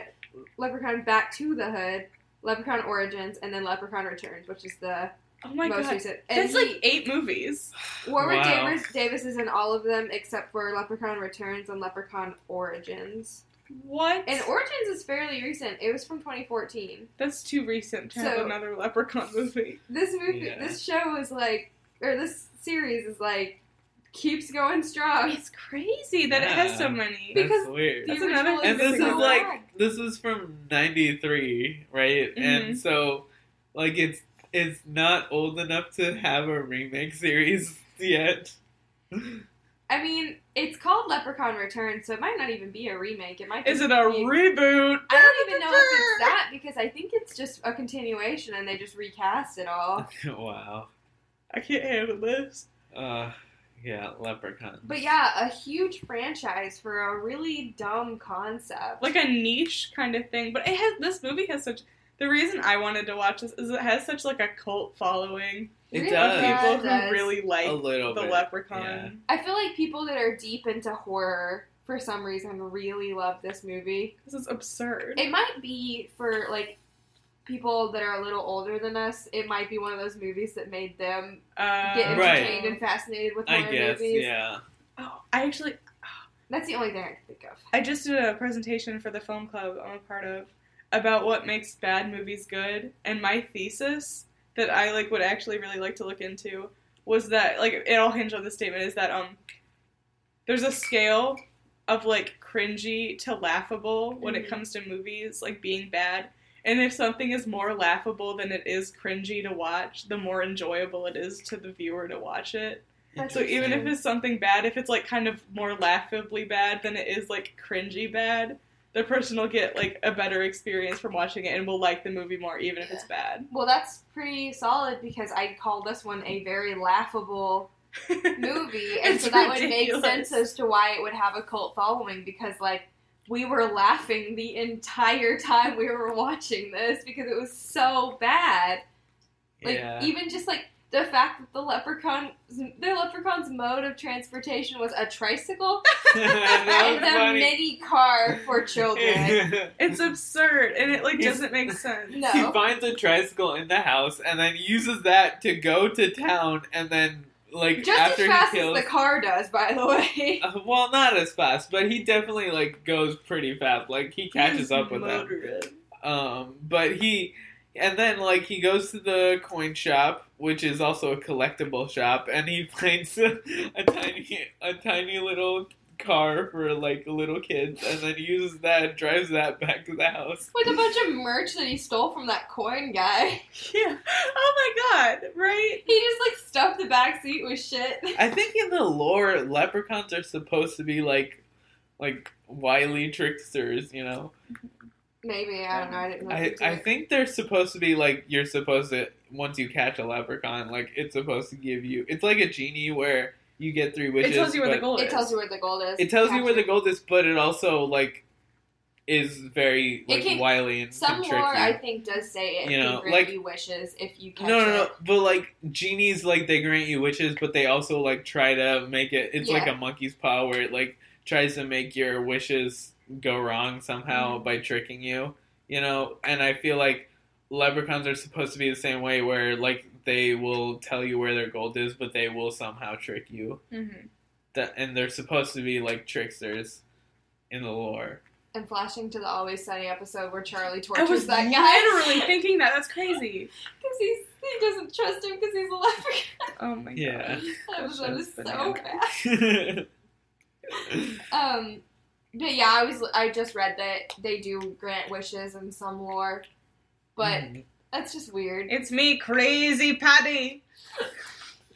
Leprechaun Back to the Hood, Leprechaun Origins, and then Leprechaun Returns, which is the
Oh my
most
god,
recent. And
that's like eight movies.
he- Warwick
Wow.
Davis, Davis is in all of them except for Leprechaun Returns and Leprechaun Origins.
What?
And Origins is fairly recent. It was from 2014.
that's too recent to have
So-
another leprechaun movie.
this movie,
Yeah.
this show is like, or this series is like, keeps going strong.
It's crazy that it has so
Yeah.
many.
Because
That's weird.
The
That's another
original
and this
It's
is
so
like
bad.
this is from 93 right
Mm-hmm.
and so like it's it's not old enough to have a remake series yet
I mean, it's called Leprechaun Returns, so it might not even be a remake. It might.
Is
just
it a
be-
reboot?
I don't even know if it's that because I think it's just a continuation and they just recast it all.
[LAUGHS] wow
I can't handle this.
uh yeah leprechaun
But yeah, a huge franchise for a really dumb concept.
like a niche kind of thing. But it has this movie has such the reason I wanted to watch this is it has such like a cult following
it
Really?
of
does
Yeah,
people
it does.
who really like
a little
the
bit
leprechaun.
yeah.
I feel like people that are deep into horror for some reason really love this movie.
This is absurd.
It might be for like people that are a little older than us. It might be one of those movies that made them
uh,
get
Right.
entertained and fascinated with horror
i guess
movies.
yeah
Oh, I actually
That's the only thing I can think of.
I just did a presentation for the film club I'm a part of about what makes bad movies good, and my thesis that I like would actually really like to look into was that like it all hinged on this statement is that um there's a scale of like cringy to laughable when it
Mhm.
comes to movies like being bad. And if something is more laughable than it is cringy to watch, the more enjoyable it is to the viewer to watch it. So even if
Interesting.
it's something bad, if it's like kind of more laughably bad than it is like cringy bad, the person will get like a better experience from watching it and will like the movie more even if it's bad.
Well, that's pretty solid because I call this one a very laughable [LAUGHS]
[LAUGHS]
movie, and
It's
so that would make
ridiculous.
sense as to why it would have a cult following because like we were laughing the entire time we were watching this because it was so bad. Like [LAUGHS]
yeah.
even just like the fact that the leprechaun, the leprechaun's mode of transportation was a tricycle
[LAUGHS] [LAUGHS] That was
and a
funny.
mini car for
[LAUGHS]
children.
It's absurd and it like
It's-
[LAUGHS]
doesn't make sense.
No.
He finds a tricycle in the house and then uses that to go to town and then like
Just
after
as fast
he
as
kills
the car does, by the way.
Uh, well, not as fast, but he definitely like goes pretty fast. Like he catches up with them.
Moderate.
Um, but he, and then like he goes to the coin shop, which is also a collectible shop, and he [LAUGHS] finds a, a tiny, a tiny little car for like little kids, and then uses that, drives that back to the house.
with a bunch of merch that he stole from that coin guy. [LAUGHS]
Yeah. Oh my god, right?
He just like stuffed the back seat with shit.
I think in the lore, leprechauns are supposed to be like, like wily tricksters, you know.
Maybe I don't know. I didn't. Look
I,
into
I
it.
think they're supposed to be like you're supposed to once you catch a leprechaun, like it's supposed to give you. It's like a genie where you get three wishes.
it tells you where the
but-
goal is.
it tells you where the gold is.
It tells you where the
Capture.
gold is, but it also like is very
It
like
can-
wily and
Some
can trick
lore
you.
I think does say it.
You
can
know,
grant
like-
you wishes if you catch
No, no, no.
it.
But like genies, like they grant you wishes, but they also like try to make it. It's like
Yeah.
a monkey's paw where it like tries to make your wishes go wrong somehow
Mm-hmm.
by tricking you. You know, and I feel like leprechauns are supposed to be the same way,
Mm-hmm.
where like they will tell you where their gold is, but they will somehow trick you.
Mhm.
that and they're supposed to be like tricksters in the lore.
And flashing to the Always Sunny episode where Charlie tortures
I was
that guy. [LAUGHS]
literally thinking that. That's crazy.
Because he doesn't trust him because he's a
[LAUGHS]
leprechaun.
Oh my
Yeah. Mm,
[LAUGHS]
god.
That was,
That
just
show's
so
bananas.
bad.
[LAUGHS]
Um, but yeah, I was I just read that they do grant wishes in some lore, but
Mhm.
that's just weird.
It's me, crazy Patty. [LAUGHS]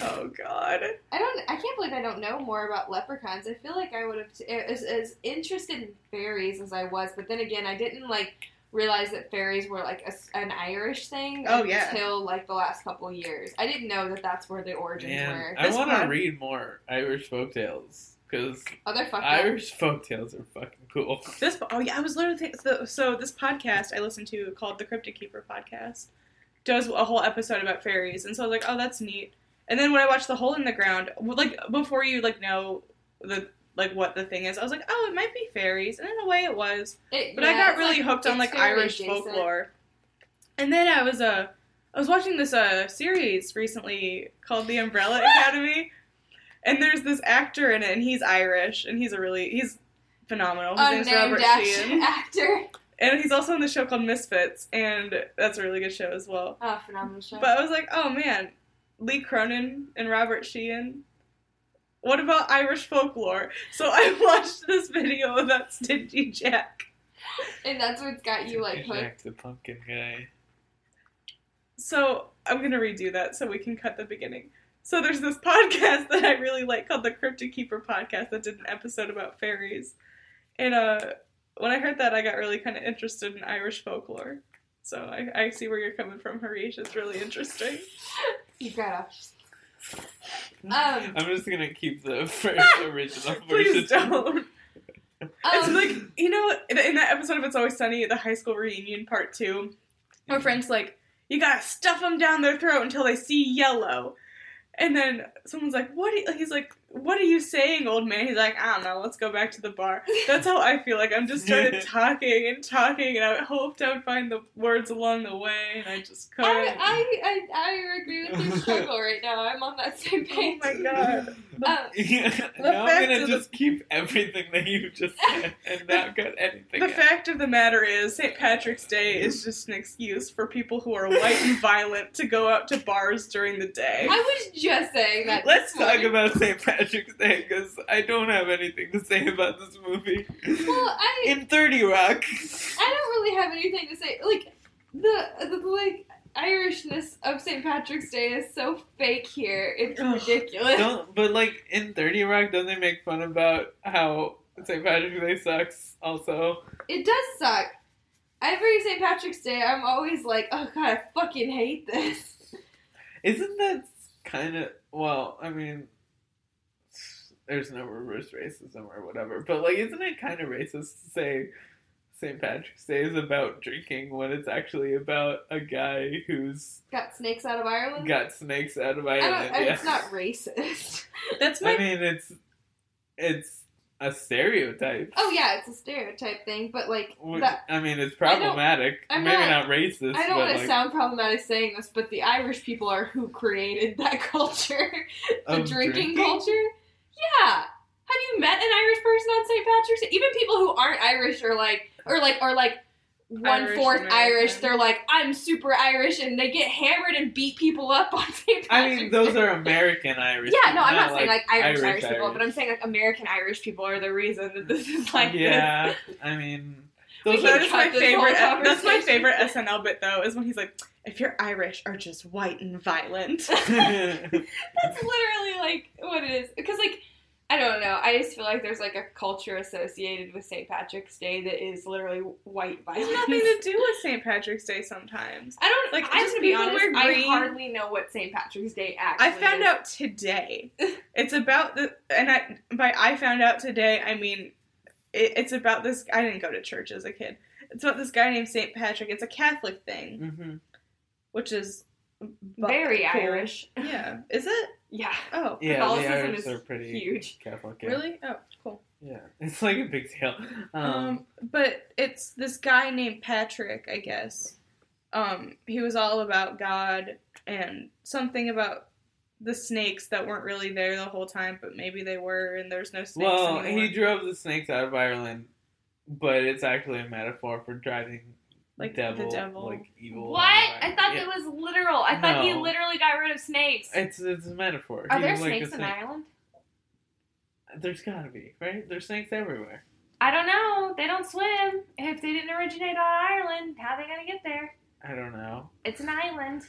oh god.
I don't. I can't believe I don't know more about leprechauns. I feel like I would have as, as interested in fairies as I was, but then again, I didn't like realize that fairies were like a s an Irish thing
Oh, yeah.
until like the last couple years. I didn't know that that's where the origins
Man,
were.
I want to
fine.
read more Irish folktales because
oh, they're fucked up.
Irish folktales are fucking cool.
This oh yeah, I was literally thinking, so, so this podcast I listened to called the Cryptic Keeper podcast does a whole episode about fairies, and so I was like, oh, that's neat. And then when I watched the hole in the ground, like before you like know the like what the thing is, I was like, oh, it might be fairies, and in a way it was.
It-
But I
yeah,
got
it's,
really hooked on
it's
like
very
Irish
adjacent.
folklore. And then I was uh I was watching this uh series recently called
[LAUGHS]
The Umbrella Academy. And there's this actor in it and he's Irish and he's a really he's phenomenal. His name's
Unnamed
Robert
action [LAUGHS]
Sheehan.
actor.
And he's also in the show called Misfits and that's a really good show as well.
Oh, phenomenal show.
But I was like, oh man, Lee Cronin and Robert Sheehan. What about Irish folklore? So I [LAUGHS] watched this video about Stingy Jack.
and that's what's got you like hooked.
Jack the pumpkin guy.
So I'm gonna redo that so we can cut the beginning. So there's this podcast [LAUGHS] that I really like called the Cryptic Keeper podcast that did an episode about fairies, and uh, when I heard that, I got really kind of interested in Irish folklore. So I, I see where you're coming from, Harish. It's really interesting.
You got off. Um,
I'm just gonna
[LAUGHS]
keep the first original version. [LAUGHS]
Please don't. It's
um,
like you know in in that episode of It's Always Sunny, the high school reunion part two,
Mm-hmm.
where Frank's like, "You gotta stuff them down their throat until they see yellow," and then someone's like, "What?" Are you, he's like, "What are you saying, old man?" He's like, "I don't know. Let's go back to the bar." That's how I feel like I'm just started talking and talking, and I hoped I would find the words along the way, and I just
I,
couldn't.
I, I, I agree with
[LAUGHS]
your struggle right now. I'm on that same
oh
page.
my god!
Um,
now
fact
I'm gonna
of
just keep everything that you just said
[LAUGHS]
and not cut anything
The
out.
fact of the matter is, St. Patrick's Day is just an excuse for people who are white and violent to go out to bars during the day.
I was just saying that.
Let's
this
talk
morning.
about St. Patrick's Day because I don't have anything to say about this movie.
Well, I,
In 30
I
Rock.
don't really have anything to say. Like the, the like Irishness of St. Patrick's Day is so fake here. It's
Ugh,
ridiculous.
don't, but like in 30 Rock, don't they make fun about how St. Patrick's Day sucks also?
It does suck. Every St. Patrick's Day, I'm always like, oh god, I fucking hate this. [LAUGHS]
Isn't that kind of, well, I mean, there's no reverse racism or whatever, but like, isn't it kind of racist to say St. Patrick's Day is about drinking when it's actually about a guy who's
Got snakes out of Ireland.
got snakes out of
I
Ireland?
don't, I mean,
yeah.
It's not racist.
That's
[LAUGHS]
my
I mean, it's it's a stereotype.
Oh yeah, it's a stereotype thing, but like
Which-
that,
I mean, it's
I don't-
problematic.
I'm
Maybe
not-
not, racist.
I don't
but
want to
like,
sound problematic saying this, but the Irish people are who created that [LAUGHS] culture, the
Of
drinking,
drinking?
culture. Yeah. Have you met an Irish person on St. Patrick's? Day? Even people who aren't Irish are like, or like, are like one fourth
Irish
Irish.
American.
They're like, I'm super Irish, and they get hammered and beat people up on [LAUGHS] St. Patrick's.
I mean, those
Day.
are American Irish.
Yeah,
people,
no, I'm not, saying like Irish Irish, people,
Irish.
but I'm saying like American Irish people are the reason that this is [LAUGHS] like this.
yeah, I mean,
We
those
can
that
are [LAUGHS]
is my
cut this whole
favorite. [LAUGHS] That's my
conversation.
favorite SNL bit though is when he's like, "If you're Irish, are just white
[LAUGHS]
and violent."
Mhm.
That's literally like what it is. Because like I don't know. I just feel like there's like a culture associated with St. Patrick's Day that is literally white
It has
violence.
nothing to do with St. Patrick's Day. Sometimes
I don't
Like,
like. I'm
just
to be
people
honest.
wear
I
green.
hardly know what St. Patrick's Day actually.
I found
is. [LAUGHS]
out today. It's about the and I by I found out today I mean it, it's about this. I didn't go to church as a kid. It's about this guy named Saint Patrick. It's a Catholic thing,
Mhm.
which is bu-
very
cool.
Irish.
[LAUGHS] Yeah, is it?
Yeah.
Oh,
Yeah, the
Catholicism
Irish
is
are pretty
huge.
Catholic. yeah.
really? Oh, cool.
Yeah, it's like a big deal. Um,
Um, but it's this guy named Patrick, I guess. Um, he was all about God and something about the snakes that weren't really there the whole time, but maybe they were, and there's no snakes
well,
anymore.
he drove the snakes out of Ireland, but it's actually a metaphor for driving
Like, the
devil,
devil.
like evil.
What?
out of
I
Ireland.
thought
Yeah.
that was literal. I thought he
No.
literally got rid of snakes.
It's it's a metaphor.
Are
He
there
was like a
snakes in
snake.
Ireland?
There's gotta be, right? There's snakes everywhere.
I don't know. They don't swim. If they didn't originate on Ireland, how they gonna get there?
I don't know.
It's an island.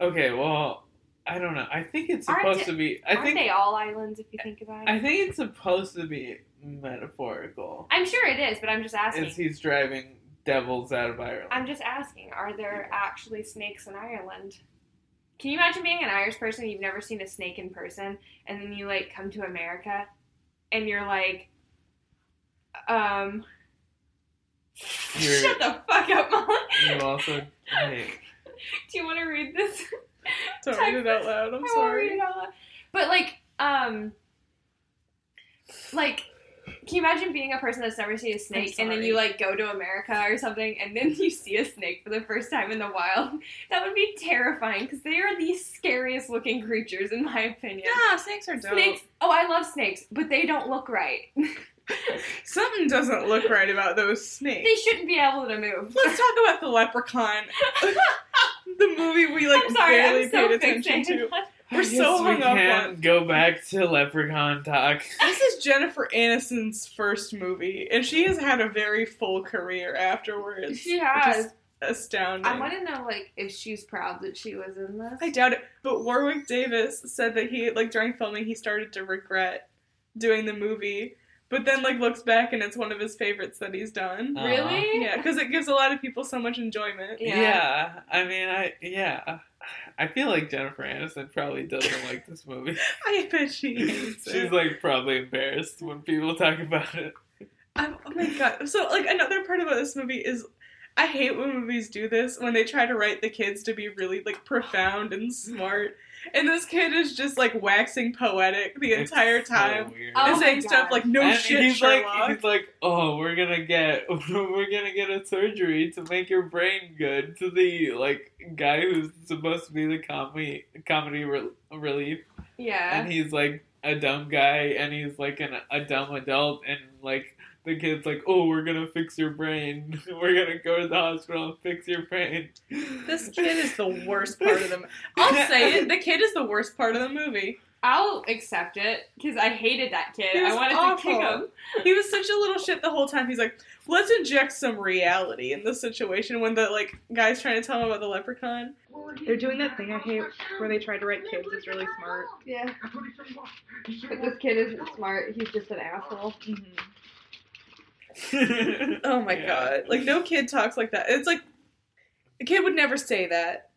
Okay, well, I don't know. I think it's
Aren't
supposed
they-
to be. I
Aren't
think
they all islands if you think about it?
I think it's supposed to be metaphorical.
I'm sure it is, but I'm just asking.
As he's driving devils out of Ireland.
I'm just asking, are there actually snakes in Ireland? Can you imagine being an Irish person, you've never seen a snake in person, and then you like come to America and you're like, um, [LAUGHS]
You're-
shut the fuck up, Molly.
[LAUGHS] You also hey,
Do you want to read this?
Don't read it out loud. I'm
I won't read
sorry.
it out loud. But like, um, like, can you imagine being a person that's never seen a snake and then you
sorry.
like go to America or something and then [LAUGHS] you see a snake for the first time in the wild? [LAUGHS] That would be terrifying because they are the scariest looking creatures in my opinion.
Nah, snakes are dope.
Snakes. Oh, I love snakes, but they don't look right. [LAUGHS]
Something doesn't look right about those snakes.
They shouldn't be able to move.
Let's talk about the Leprechaun, the movie we like
[LAUGHS] I'm sorry,
barely
I'm so
paid attention
fixated.
to.
[LAUGHS]
We're so
Yes, we
hung up
can
on.
Go back to Leprechaun talk.
This is Jennifer Aniston's first movie, and she has had a very full career afterwards.
She has.
Which is astounding.
I want to know like if she's proud that she was in this.
I doubt it. But Warwick Davis said that he like during filming he started to regret doing the movie, but then like looks back and it's one of his favorites that he's done.
Aw. Really?
Yeah, because it gives a lot of people so much enjoyment.
Yeah. I mean, I yeah, I feel like Jennifer Aniston probably doesn't like this
[LAUGHS]
movie.
I bet she hates it.
She's like probably embarrassed when people talk about it.
I'm, oh my god! So like another part about this movie is. I hate when movies do this when they try to write the kids to be really like profound and smart, and this kid is just like waxing poetic the
It's
entire
so
time
weird.
Oh
and
my
saying stuff
God.
like "No
And
shit,
he's
Sherlock."
like he's like, oh, we're gonna get [LAUGHS] we're gonna get a surgery to make your brain good to the like guy who's supposed to be the comedy comedy re- relief,
Yeah.
and he's like a dumb guy, and he's like an, a dumb adult, and like the kid's like, oh, we're gonna fix your brain, [LAUGHS] we're gonna go to the hospital and fix your brain.
This kid
[LAUGHS]
is the worst part of the. I'll say it. The kid is the worst part of the movie.
I'll accept it because I hated that kid.
He was
I wanted
awful.
to kick him.
He was such a little shit the whole time. He's like, let's inject some reality in this situation when the like guy's trying to tell him about the leprechaun. They're doing that thing I hate where they try to write kids. It's really smart.
Yeah. But this kid isn't smart. He's just an asshole.
Mm-hmm. Oh my god! Like no kid talks like that. It's like a kid would never say that,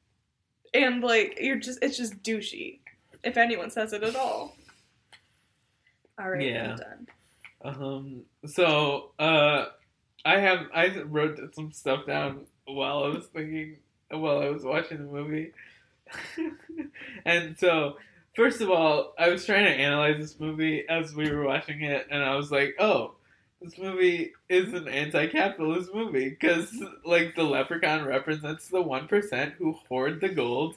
and like you're just it's just douchey if anyone says it at all. All right,
Yeah.
I'm done.
Um. So, uh, I have I wrote some stuff down while I was thinking while I was watching the movie, [LAUGHS] and so first of all, I was trying to analyze this movie as we were watching it, and I was like, oh. This movie is an anti-capitalist movie because, like, the leprechaun represents the one percent who hoard the gold,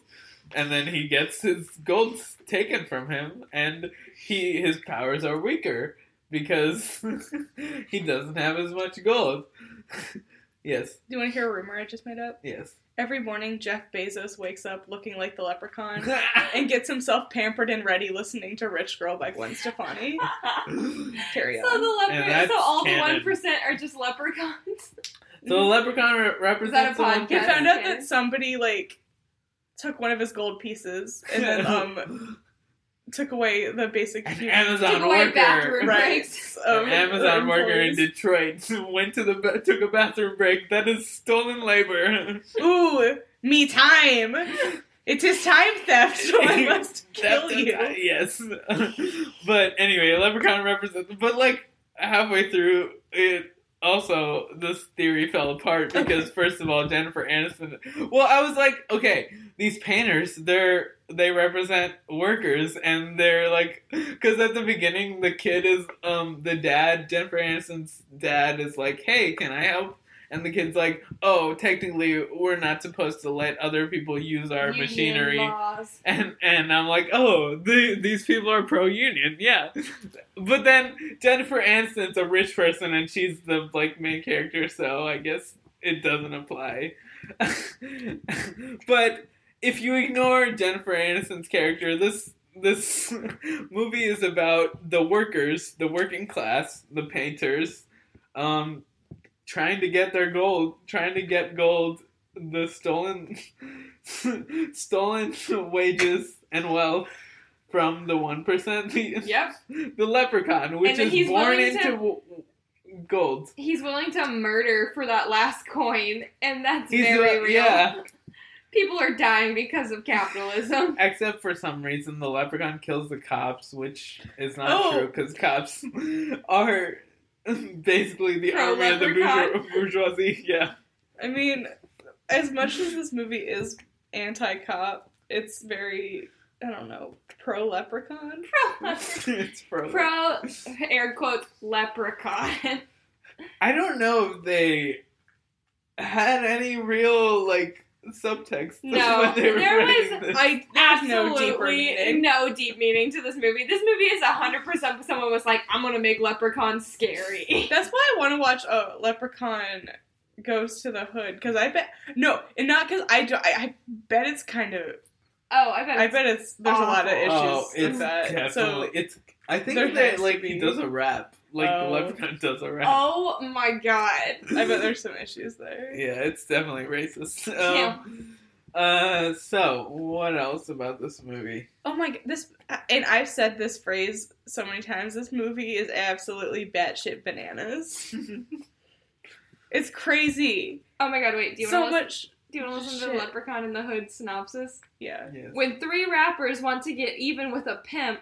and then he gets his gold taken from him, and he his powers are weaker because [LAUGHS] he doesn't have as much gold. [LAUGHS] yes,
Do you want to hear a rumor I just made up?
yes.
Every morning, Jeff Bezos wakes up looking like
[LAUGHS]
the leprechaun and gets himself pampered and ready listening to Rich Girl by
[LAUGHS]
Gwen Stefani. [LAUGHS] Carry
So
on.
the
And
leopard,
that's
so all the
canon.
one percent are just leprechauns.
[LAUGHS] So the leprechaun re-
Is that a
represents the one
podcast?
He found out
Okay.
that somebody, like, took one of his gold pieces and
[LAUGHS]
then, um, took away the basic
An
human
Took
Amazon
away
worker,
bathroom
rights.
an
Oh, [LAUGHS]
of
Amazon worker in
employees.
Detroit [LAUGHS] went to the ba- took a bathroom break. That is stolen labor. [LAUGHS]
Ooh, me time. It is time theft, [LAUGHS]
[LAUGHS]
so I must kill
That's a-
you.
yes. [LAUGHS] but anyway, leprechaun represents. But like halfway through it. Also, this theory fell apart because, first of all, Jennifer Aniston. Well, I was like, okay, these painters, they're they represent workers, and they're like, because at the beginning, the kid is um the dad, Jennifer Aniston's dad is like, hey, can I help? And the kid's like, "Oh, technically, we're not supposed to let other people use our
Union
machinery."
laws.
And and I'm like, "Oh, the, these people are pro union, yeah." But then Jennifer Aniston's a rich person, and she's the like main character, so I guess it doesn't apply. [LAUGHS] but if you ignore Jennifer Aniston's character, this this [LAUGHS] movie is about the workers, the working class, the painters, um, trying to get their gold, trying to get gold, the stolen [LAUGHS] stolen wages and wealth from the one percent.
Yep.
the leprechaun, which
And then
is
he's
born
willing
into
to-
w- gold.
He's willing to murder for that last coin, and that's
He's
very
a-
real.
yeah.
People are dying because of capitalism.
Except for some reason, the leprechaun kills the cops, which is not
Oh.
true because cops are basically the
Pro
army of the
leprechaun.
bourgeois- bourgeoisie. Yeah,
I mean, as much as this movie is anti-cop, it's very I don't know pro leprechaun.
it's pro.
Pro air quotes leprechaun.
I don't know if they had any real like subtext.
No,
when they were
there
writing
was
this.
I there's no deeper
absolutely
meaning.
no deep meaning to this movie. This movie is hundred percent someone was like, "I'm gonna make leprechauns scary." [LAUGHS]
That's why I want to watch a leprechaun goes to the hood because I bet no, and not because I, do- I I bet it's kind of
Oh, I bet.
I bet it's there's a lot of issues
Oh, it's
with that.
definitely
So
it's. I think
there has
that
to
like he
be.
does a rap, like
Oh.
the leprechaun does a rap.
Oh my god.
I bet there's some issues there.
Yeah, it's definitely
[LAUGHS]
racist.
Yeah.
Um, Uh, so what else about this movie?
Oh my god, this and I've said this phrase so many times. This movie is absolutely batshit [LAUGHS] bananas. it's crazy.
Oh my god! Wait, do you
so
want to
much.
do you want to listen to
shit.
the Leprechaun in the Hood synopsis?
Yeah.
Yes.
When three rappers want to get even with a pimp,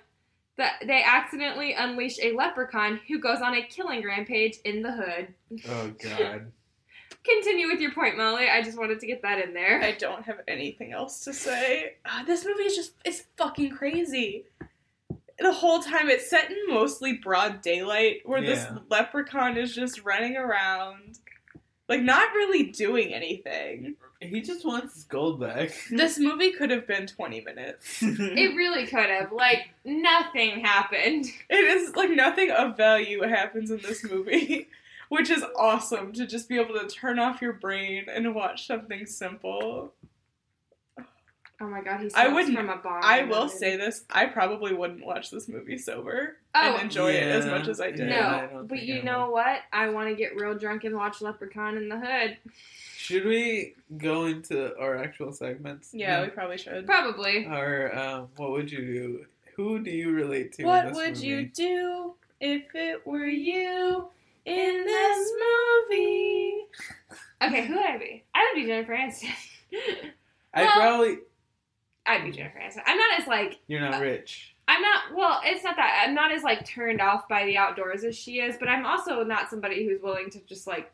that they accidentally unleash a leprechaun who goes on a killing rampage in the hood.
Oh God.
Continue with your point, Molly. I just wanted to get that in there.
I don't have anything else to say. Ah, this movie is just it's fucking crazy. The whole time it's set in mostly broad daylight where this
Yeah.
leprechaun is just running around like not really doing [LAUGHS] anything.
he just wants his
[LAUGHS]
gold back.
This movie could have been 20 minutes.
It really could have. Like, nothing happened. [LAUGHS]
It is like nothing of value happens in this movie, [LAUGHS] which is awesome to just be able to turn off your brain and watch something simple.
Oh my god, he's
I
I would
wouldn't-
from a bomb.
I will say this: I probably wouldn't watch this movie sober
Oh.
and enjoy it as much as I
Yeah,
did.
I
no,
don't
but
think I
you
would.
know what? I want to get real drunk and watch Leprechaun in the Hood.
[LAUGHS] Should we go into our actual segments?
Yeah, we probably should.
Probably.
Or um, what would you do? Who do you relate to? in
What
this
would you
movie?
do if it were you in this movie?
Okay, who would I be? I would be Jennifer Aniston. [LAUGHS]
I
Well-
probably.
I'd be Jennifer Aniston. I'm not as like
You're not rich.
I'm not well, it's not that I'm not as like turned off by the outdoors as she is, but I'm also not somebody who's willing to just like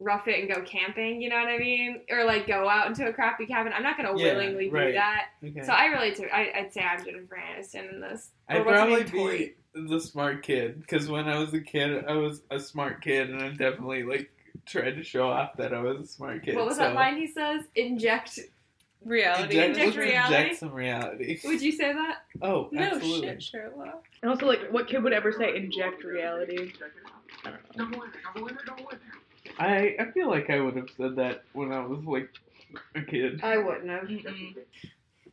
rough it and go camping, you know what I mean? Or like go out into a crappy cabin. I'm not gonna
Yeah,
willingly do
right.
that.
Okay.
So I relate to I, I'd say I'm Jennifer Aniston in this. Or
I'd
what's her
probably
name, Tori?
be the smart kid because when I was a kid, I was a smart kid, and I definitely like tried to show off that I was a smart kid.
What was
so.
that line he says? Inject.
Reality.
Inject,
Inject
let's
reality?
inject some reality. [LAUGHS]
Would you say that?
Oh,
No
absolutely.
shit, Sherlock. And also, like, what kid would ever say inject reality? I don't know.
I, I feel like I would have said that when I was like a kid.
I wouldn't have.
Mm-mm.
No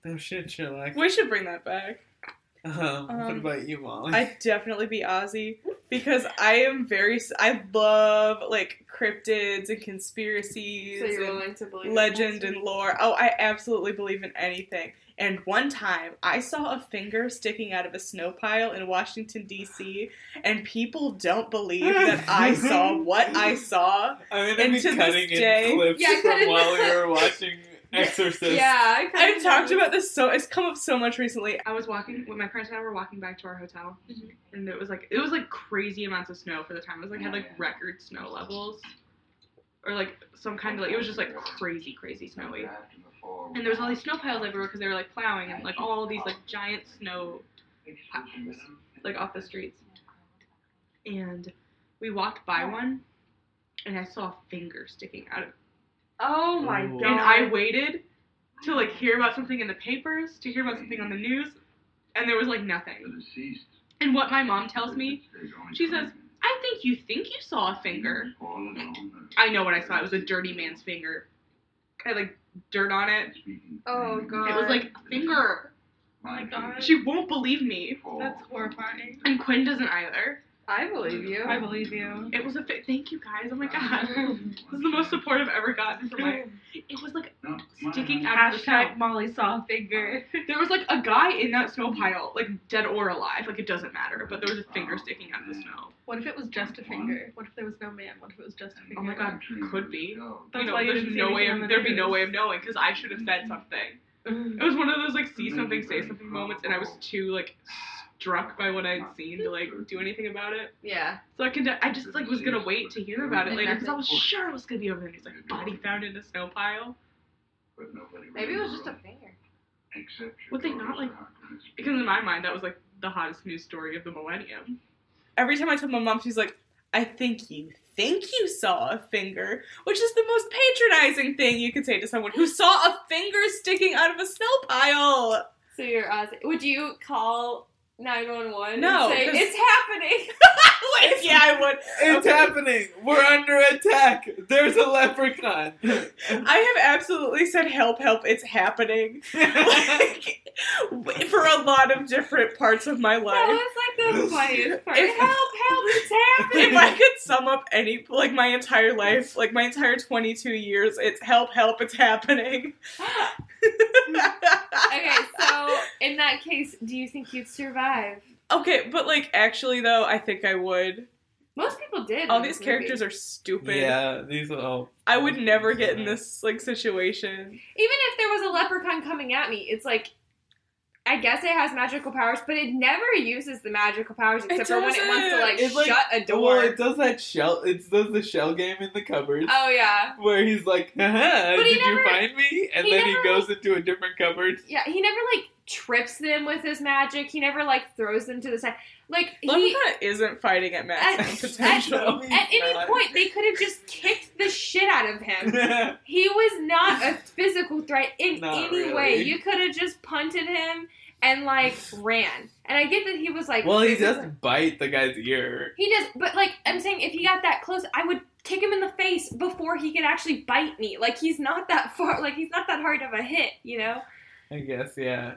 Oh, shit, Sherlock.
We should bring that back.
Um, what
Um,
about you, Molly?
I'd definitely be Aussie because I am very. s- I love like cryptids and conspiracies.
So you're
and-
willing to believe in
legend
that?
and lore. Oh, I absolutely believe in anything. And one time, I saw a finger sticking out of a snow pile in Washington D.C., and people don't believe that I
[LAUGHS]
saw what I saw.
I'm
and
gonna be
to this
cutting in
day-
clips
Yeah, cut
from
in
while
the-
we were watching Exorcist.
Yeah, I, kinda
I've talked
know.
about this so. It's come up so much recently.
I was walking when my parents and I were walking back to our hotel,
Mm-hmm.
and it was like it was like crazy amounts of snow for the time. It was like had like record snow levels, or like some kind of like it was just like crazy, crazy snowy. And there was all these snow piles everywhere because they were like plowing and like all these like giant snow piles like off the streets. And we walked by one, and I saw a finger sticking out of.
Oh my
And
god.
I waited to like hear about something in the papers, to hear about something on the news, and there was like nothing. And what my mom tells me, she says, "I think you think you saw a finger." [LAUGHS] I know what I saw. It was a dirty man's finger. It had like dirt on it.
Oh god.
It was like a finger.
Oh my god.
She won't believe me.
That's horrifying.
And Quinn doesn't either.
I believe you.
I believe
[CLEARS THROAT]
you. It was a fi- thank you guys. Oh my god, this is the most support I've ever gotten from
[LAUGHS]
my. It was like sticking out of the snow.
Hashtag Molly saw a finger.
[LAUGHS] There was like a guy in that snow pile, like dead or alive. Like it doesn't matter, but there was a finger sticking out of the snow.
What if it was just a finger? What if there was no man? What if it was just a finger?
Oh my god, could be.
That's
you know,
why you
there's
didn't see
no way
anything
of
on the
there'd be no
news.
way of knowing because I should have said something.
Mm-hmm.
It was one of those like see something, say something moments, and I was too like struck by what I'd seen to like do anything about it.
Yeah.
So I can I just like was gonna wait to hear about it later because I was sure it was gonna be over the news, like body found in a snow pile.
Maybe it was just a
Mm-hmm.
finger.
Would they not like? Because in my mind that was like the hottest news story of the millennium.
Every time I tell my mom, she's like, I think you think you saw a finger, which is the most patronizing thing you could say to someone who saw a finger sticking out of a snow pile. [LAUGHS]
So you're Aussie. Would you call 911
No,
and say,
'cause-
it's
[LAUGHS]
happening?
yeah, I would.
It's
Okay.
happening. We're under attack. There's a leprechaun.
I have absolutely said, help, help, it's happening. [LAUGHS] like, for a lot of different parts
[LAUGHS]
of my life.
[LAUGHS] That was like the
[LAUGHS]
funniest part.
If-
help, help, it's happening.
[LAUGHS] if I could sum up any like my entire life, like my entire 22 years, it's help, help, it's happening.
[LAUGHS]
[LAUGHS]
okay, so in that case, do you think you'd survive?
Okay, but like actually though, I think I would.
Most people did.
All these characters are stupid.
yeah, these are all.
I would never get in this like situation.
Even if there was a leprechaun coming at me, it's like. I guess it has magical powers, but it never uses the magical powers except for when it wants to
doesn't.
like
It's like-
shut a door.
Well, it does that shell. It does the shell game in the cupboards.
oh yeah,
Where he's like, Haha,
But he
did
never-
you find me? And
he
then
never,
he goes into a different cupboard. [LAUGHS]
yeah. He never like trips them with his magic. He never like throws them to the side. Like he,
Leprechaun isn't fighting at maximum
At-
potential.
at any point they could have just kicked the shit out of him.
[LAUGHS]
He was not a physical threat in
Not
any
really.
way. You could have just punted him and like ran. And I get that he was like
well, he
physically-
does bite the guy's ear.
He does, but like I'm saying, if he got that close, I would kick him in the face before he could actually bite me. Like he's not that far. Like he's not that hard of a hit, you know.
I guess, yeah.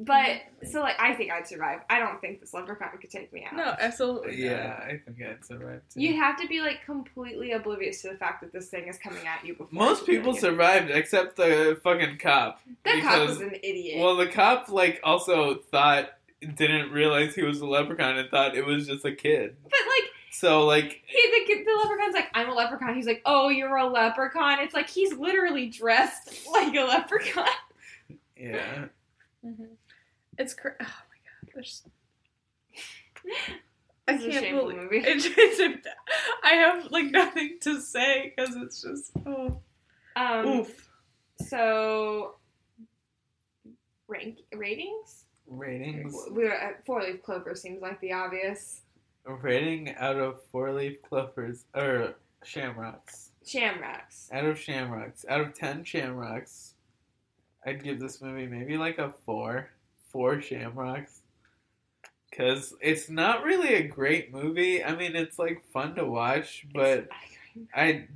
But
Mm-hmm.
so like I think I'd survive. I don't think this leprechaun could take me out.
[LAUGHS] No,
Oh,
absolutely. not.
Yeah, I think I'd survive too.
You'd have to be like completely oblivious to the fact that this thing is coming at you before.
Most
it's
people
doing it.
survived except the fucking cop.
That cop was
because-
an idiot.
Well, the cop like also thought didn't realize he was a leprechaun and thought it was just a kid.
but like
So like
he, the, kid- the leprechaun's like, I'm a leprechaun. He's like, Oh, you're a leprechaun. It's like he's literally dressed [LAUGHS] like a leprechaun.
yeah.
Mm-hmm. It's cr- oh my god, there's I
It's a
can't
shameful
believe [LAUGHS]
movie.
It's, it's a, I have like nothing to say because it's just oh.
Um,
oof.
So, rank ratings.
Ratings
We were at four leaf clover seems like the obvious.
a rating out of four leaf clovers or shamrocks.
Shamrocks.
Out of shamrocks. Out of ten shamrocks. I'd give this movie maybe like a four. Four shamrocks. Cause it's not really a great movie. I mean it's like fun to watch, but I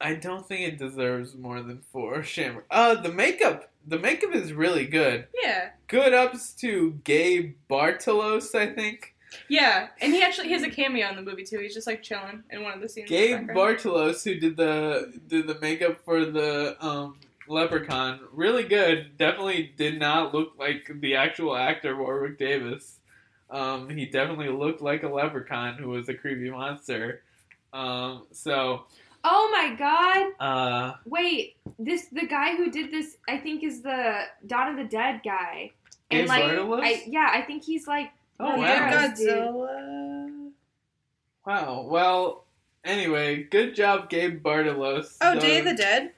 I don't think it deserves more than four shamrock. Uh, the makeup, the makeup is really good.
Yeah,
Good ups to Gabe Bartolos, I think.
yeah, and he actually he has a cameo in the movie too. He's just like chilling in one of the scenes. in the
Gabe
background.
Bartolos, who did the did the makeup for the um, Leprechaun, really good. Definitely did not look like the actual actor Warwick Davis. Um, he definitely looked like a leprechaun who was a creepy monster. Um, so,
Oh my god!
uh,
Wait, this the guy who did this I think is the Dawn of the Dead guy.
Gabe Bartolos?
I, yeah, I think he's like.
oh
the
wow.
Godzilla dude.
Godzilla.
Wow. Well, anyway, good job, Gabe Bartolos.
Oh,
Though-
Day of the Dead.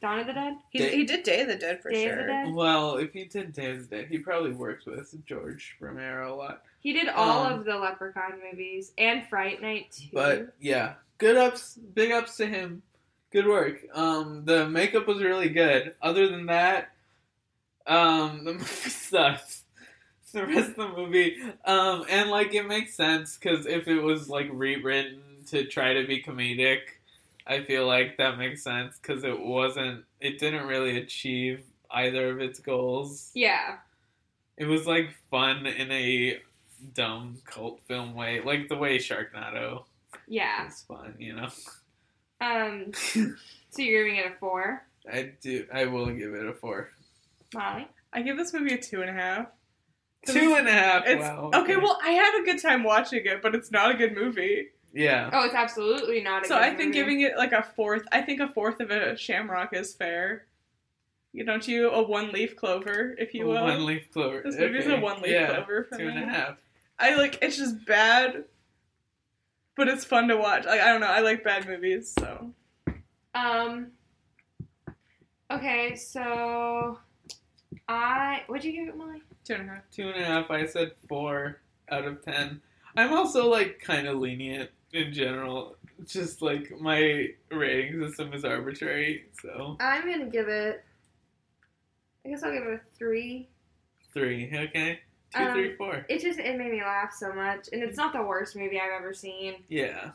Dawn of the Dead.
He,
Day-
he did Day of the Dead for
Day of
sure.
the Dead.
Well, if he did Day of the Dead, he probably worked with George Romero a lot.
He did all
Um,
of the Leprechaun movies and Fright Night too.
But yeah, good ups, big ups to him. Good work. Um, the makeup was really good. Other than that, um, [LAUGHS] the movie sucks. It's the rest of the movie, um, and like it makes sense because if it was like rewritten to try to be comedic, I feel like that makes sense because it wasn't. It didn't really achieve either of its goals.
Yeah.
It was like fun in a dumb cult film way, like the way Sharknado
Yeah.
is fun, you know. [LAUGHS]
Um. so you're giving it a four,
I do. I will give it a four.
Molly?
I give this movie a two and a half.
Two and a half.
It's,
wow.
okay, well, I had a good time watching it, but it's not a good movie.
Yeah.
Oh, it's absolutely not. A
So
good
I think
movie.
giving it like a fourth, I think a fourth of a shamrock is fair. You don't you a one leaf clover, if you will.
One leaf clover.
This movie's
Okay.
a one leaf
yeah.
clover for
Two and a
me.
half.
I like it's just bad, but it's fun to watch. Like I don't know, I like bad movies, so
Um. Okay, so I what'd you give it, Molly?
two and a half.
Two and a half. I said four out of ten. I'm also like kind of lenient in general. Just like my rating system is arbitrary, so
I'm gonna give it. I guess I'll give it a three.
three. Okay, Two,
Um,
three, four.
It just it made me laugh so much, and it's
Mm.
not the worst movie I've ever seen,
Yeah,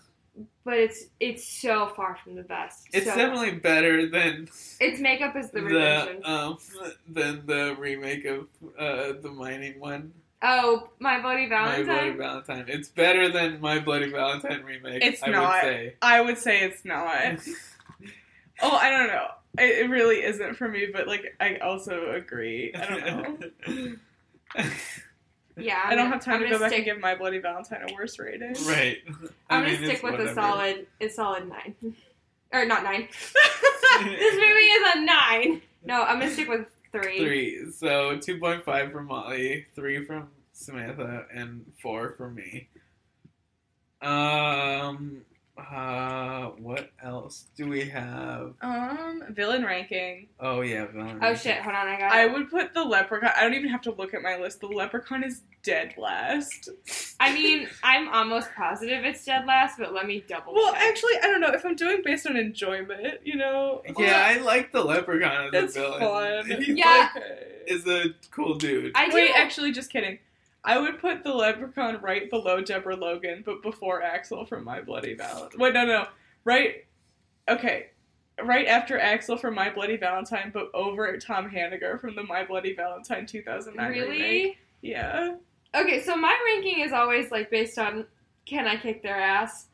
but it's it's so far from the best.
it's
so,
definitely better than
its makeup is the redemption.
uh,
the um than the remake of uh the mining one.
oh, my bloody
My
Valentine.
Bloody Valentine. It's better than My Bloody Valentine remake.
It's
I
not.
[LAUGHS]
would say.
I would say it's not. [LAUGHS] oh, I don't know. It, it really isn't for me, but like I also agree. I don't
[LAUGHS]
know.
yeah, I'm
I don't
gonna-
have time
I'm
to
gonna
go back and
stick,
give My Bloody Valentine a worse rating.
right. I
I'm
mean,
gonna
it's
stick with a
whatever.
solid a solid nine, [LAUGHS] or not nine. [LAUGHS]
[LAUGHS]
this movie is a nine. No, I'm gonna stick with three.
Three. So two point five from Molly, three from Samantha, and four from me. Um. Uh. What else do we have?
Um, villain ranking.
Oh yeah. Valorant.
Oh shit! Hold on, I got.
I
it.
would put the leprechaun. I don't even have to look at my list. The leprechaun is dead
[LAUGHS]
last.
I mean, I'm almost positive it's dead last, but let me double.
Well,
check.
actually, I don't know if I'm doing based on enjoyment. You know.
Yeah, I like the Leprechaun as a
That's
villain. [LAUGHS]
fun.
He's
Yeah.
like, is a cool dude.
I do.
Wait, actually, just kidding. I would put the leprechaun right below Deborah Logan, but before Axel from My Bloody Valentine. Wait, no, no, right. Okay, right after Axel from My Bloody Valentine, but over Tom Haniger from the My Bloody Valentine 2009 remake.
really?
Yeah.
Okay, so my ranking is always like based on can I kick their ass.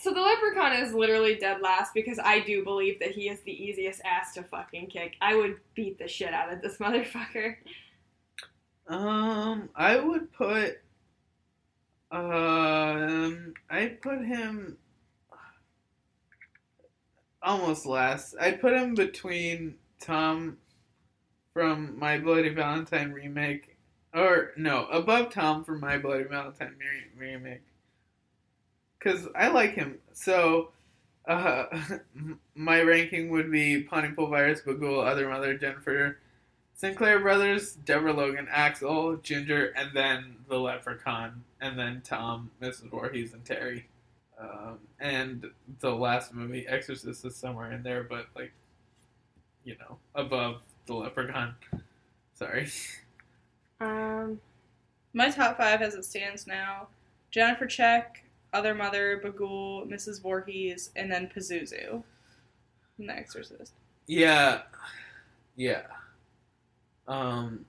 So the leprechaun is literally dead last because I do believe that he is the easiest ass to fucking kick. I would beat the shit out of this [LAUGHS] motherfucker.
Um, I would put. Um, I put him almost last. I'd put him between Tom from My Bloody Valentine remake, or no, above Tom from My Bloody Valentine re- remake. Cause I like him, so uh, [LAUGHS] my ranking would be Pontypool Virus, Bagul, Other Mother, Jennifer, Sinclair Brothers, Deborah Logan, Axel, Ginger, and then the Leprechaun, and then Tom, Mrs. Voorhees, and Terry. Um, and the last movie, Exorcist, is somewhere in there, but like, you know, above the Leprechaun. Sorry.
Um,
My top five as it stands now Jennifer Check, Other Mother, Bagul, Mrs. Voorhees, and then Pazuzu from The Exorcist.
Yeah, yeah. Um,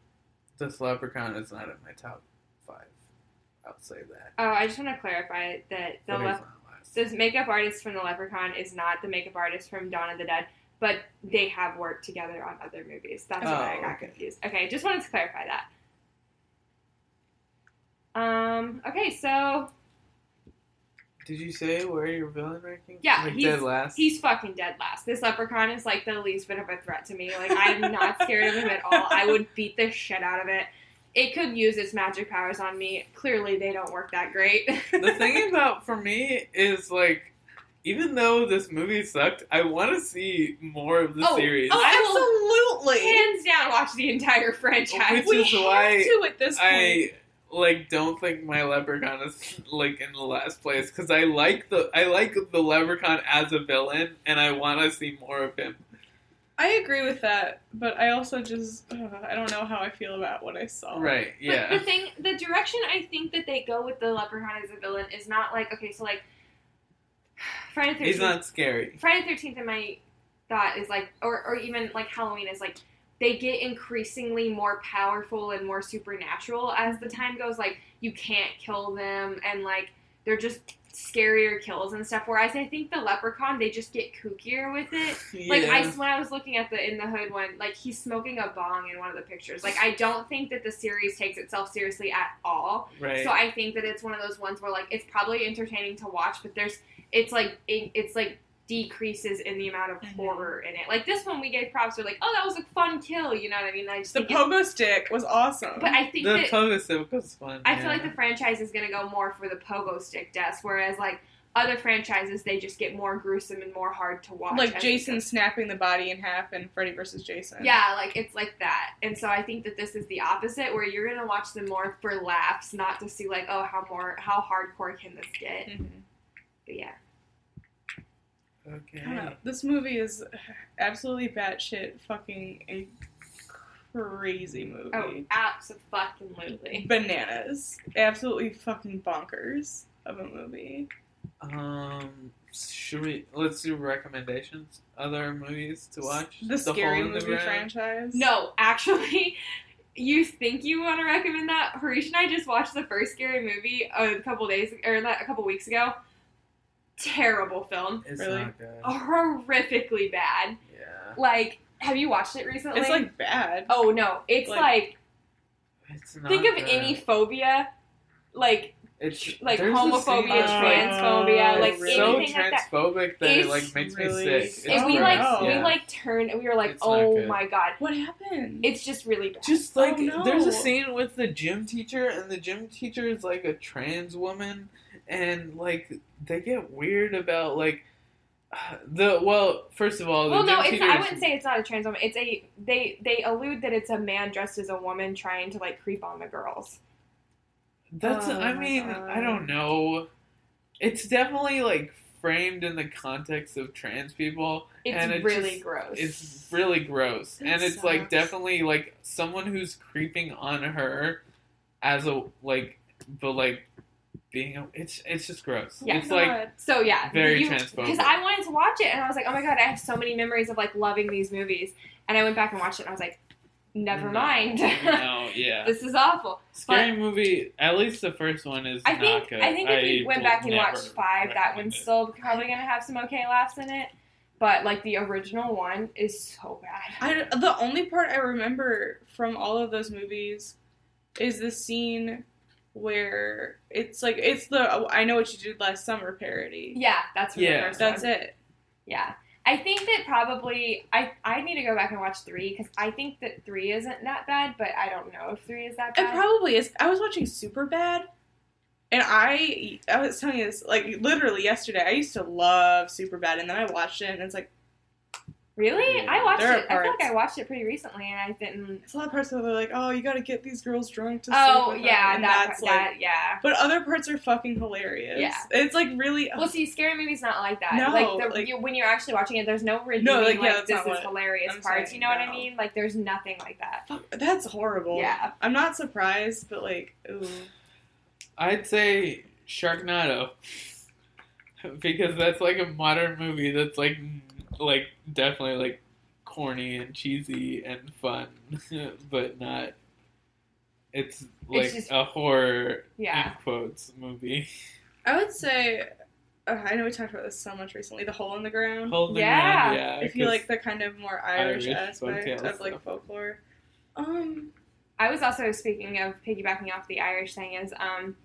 this Leprechaun is not in my top five. I'll say that.
oh, I just want to clarify that the
But he's
lep-
not last.
this makeup artist from the leprechaun is not the makeup artist from Dawn of the Dead, but they have worked together on other movies. That's why I
Oh,
got
okay.
confused. Okay, just wanted to clarify that. Um. Okay, so
Did you say where your villain ranking?
Yeah,
like
he's-
dead last.
He's fucking dead last. This leprechaun is like the least bit of a threat to me. Like I'm not scared of him at all. I would beat the shit out of it. It could use its magic powers on me. Clearly, they don't work that great.
the thing about for me is like even though this movie sucked i want to see more of the
Oh,
series
oh,
Absolutely!
hands down, watch the entire franchise.
Which is why
to at this
i like don't think my leprechaun is like in the last place because I like the I like the leprechaun as a villain and I want to see more of him.
I agree with that, but I also just uh, I don't know how I feel about what I
Oh. [LAUGHS]
saw.
Right.
[LAUGHS] But
Yeah.
the thing, the direction I think that they go with the leprechaun as a villain is not like okay, so like [SIGHS] Friday
He's
Thirteenth.
not scary. [LAUGHS]
Friday Thirteenth in my thought is like, or or even like Halloween is like they get increasingly more powerful and more supernatural as the time goes. Like you can't kill them, and like they're just scarier kills and stuff. Whereas I think the leprechaun, they just get kookier with it. Like I
Yeah.
when I was looking at the in the hood one, like he's smoking a bong in one of the pictures. Like I don't think that the series takes itself seriously at all.
Right.
So I think that it's one of those ones where like it's probably entertaining to watch, but there's it's like it, it's like decreases in the amount of horror in it. Like this one, we gave props. We're like, oh, that was a fun kill. You know what I mean? I just
The
think it's-
pogo stick was awesome.
But I think
The
that
Pogo Civic was fun.
I
yeah.
feel like the franchise is going to go more for the pogo stick deaths, whereas like other franchises, they just get more gruesome and more hard to watch.
like
as-
Jason snapping the body in half and Freddy versus Jason.
Yeah, like it's like that. And so I think that this is the opposite where you're gonna watch them more for laughs, not to see like, oh how more how hardcore can this get.
Mm-hmm.
But yeah.
I don't know. This movie is absolutely batshit fucking a crazy movie.
Oh, absolutely.
Bananas. Absolutely fucking bonkers of a movie.
Um, should we let's do recommendations? Other movies to watch?
The, scary
Hole in the
movie
Ground?
franchise.
No, actually, [LAUGHS] you think you want to recommend that? Harish and I just watched the first scary movie a couple days or not, a couple weeks ago. Terrible film.
It's
Really?
not good.
Oh. Horrifically bad.
Yeah,
Like, have you watched it recently?
It's like bad.
oh no, it's
Like-
like
it's not
think of
good.
any phobia, like
it's
like
there's a scene
homophobia,
that's,
transphobia, like
it's so
anything like that.
transphobic that it
It's
like makes
really
me sick.
And
It's
we
gross.
like we
Yeah.
like turned and we were like,
It's not
oh
good.
my god,
What happened?
it's just really bad.
just like
Oh, no.
there's a scene with the gym teacher and the gym teacher is like a trans woman and like they get weird about like [SIGHS] the well first of all the
Well,
gym
no, it's
teacher
I
is-
wouldn't say it's not a trans woman. It's a they they allude that it's a man dressed as a woman trying to like creep on the girls.
That's
Oh
I
my
mean,
God.
I don't know. It's definitely like framed in the context of trans people.
It's
and it
really
just-
gross.
It's really gross.
That
and it's like
sucks.
definitely like someone who's creeping on her as a like but like being a, it's it's just gross.
Yeah.
it's like
God.
so yeah,
very transphobic.
Because I wanted to watch it and I was like, oh my god, I have so many memories of like loving these movies. And I went back and watched it and I was like, never
No,
mind,
no,
[LAUGHS]
yeah.
this is awful.
Scary movie, at least the first one is
I
not
think
good.
I think if we went
will
back and
never
watched five, that
recommend
one's
it.
still probably gonna have some okay laughs in it. But like the original one is so bad.
I, the only part I remember from all of those movies is the scene where it's like it's the I know what you did last summer parody.
Yeah, that's from
Yeah.
the first one.
That's it.
Yeah. I think that probably I I need to go back and watch three because I think that three isn't that bad, but I don't know if three is that
It
bad.
probably is. I was watching Super Bad, and I I was telling you this like literally yesterday. I used to love Super Bad, and then I watched it, and it's like
really,
Yeah.
I watched
There are
it. I feel
parts.
like I watched it pretty recently, and I didn't.
there's a lot of parts where they're like, oh, you got to get these girls drunk to.
Oh
sleep with
yeah,
them, and
that,
that's
that
like.
yeah.
But other parts are fucking hilarious.
Yeah.
it's like really.
Well, see, scary movies not like that.
No,
like, the,
like-
you, when you're actually watching it, there's no redeeming.
like,
like,
yeah, that's
this
not
is
what
hilarious
I'm
parts.
saying,
you know what I
no.
mean? Like, there's nothing like that.
Fuck, that's horrible.
Yeah.
I'm not surprised, but like, ooh.
I'd say Sharknado [LAUGHS] because that's like a modern movie that's like like definitely like corny and cheesy and fun, [LAUGHS] but not. It's like
just-
a horror
Yeah.
in quotes movie. [LAUGHS]
I would say, uh, I know we talked about this so much recently. The hole in the ground.
Holding
Yeah.
on, yeah.
if you
'cause
like the kind of more Irish,
Irish
aspect
folktales
of like
stuff.
folklore. Um,
I was also speaking of piggybacking off the Irish thing is um,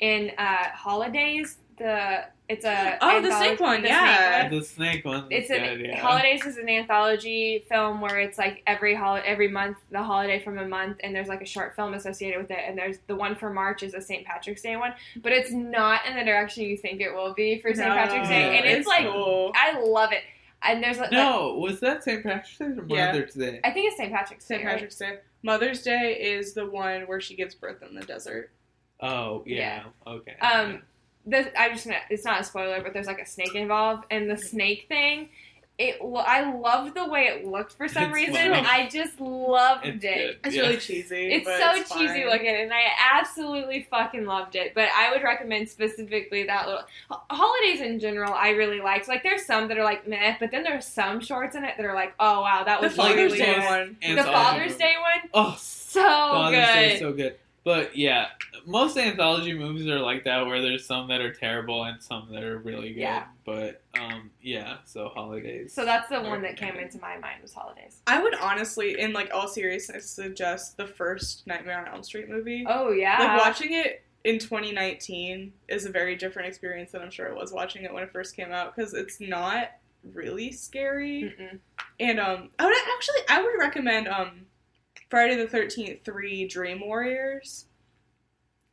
in uh, holidays the it's a
Oh, the
anthology-
snake one,
the
yeah.
one.
the snake one.
It's
good,
an
yeah.
holidays is an anthology film where it's like every hol- every month the holiday from a month and there's like a short film associated with it and there's the one for March is a St Patrick's Day one but it's not in the direction you think it will be for St
no,
Patrick's Day and it's, like
cool.
I love it and there's like,
No, was that St. Patrick's Day or
Yeah.
Mother's Day?
I think it's St Patrick's Day
St.
right?
Patrick's Day. Mother's Day is the one where she gives birth in the desert.
Oh yeah. Okay.
Um, this I'm just gonna, it's not a spoiler, but there's like a snake involved, and the snake thing. It well, I loved the way it looked for some
It's
reason.
funny.
I just loved
It's
it.
good, It's really yeah.
cheesy.
It's
but
so
it's
cheesy
fine.
looking, and I absolutely fucking loved it. But I would recommend specifically that little ho- holidays in general. I really liked. Like there's some that are like meh, but then there's some shorts in it that are like, oh wow, that
The
was
Father's
really
Day
good.
one.
The Father's Day one.
Oh,
so
Father's Day
good.
is so good. But yeah, most anthology movies are like that, where there's some that are terrible and some that are really good.
Yeah.
But um, yeah, so holidays.
So that's the one that came into my mind was holidays.
I would honestly, in like all seriousness, suggest the first Nightmare on Elm Street movie.
Oh yeah,
Like watching it in 2019 is a very different experience than I'm sure it was watching it when it first came out because it's not really scary.
Mm-mm.
And um, I would actually I would recommend um, Friday the 13th Three Dream Warriors.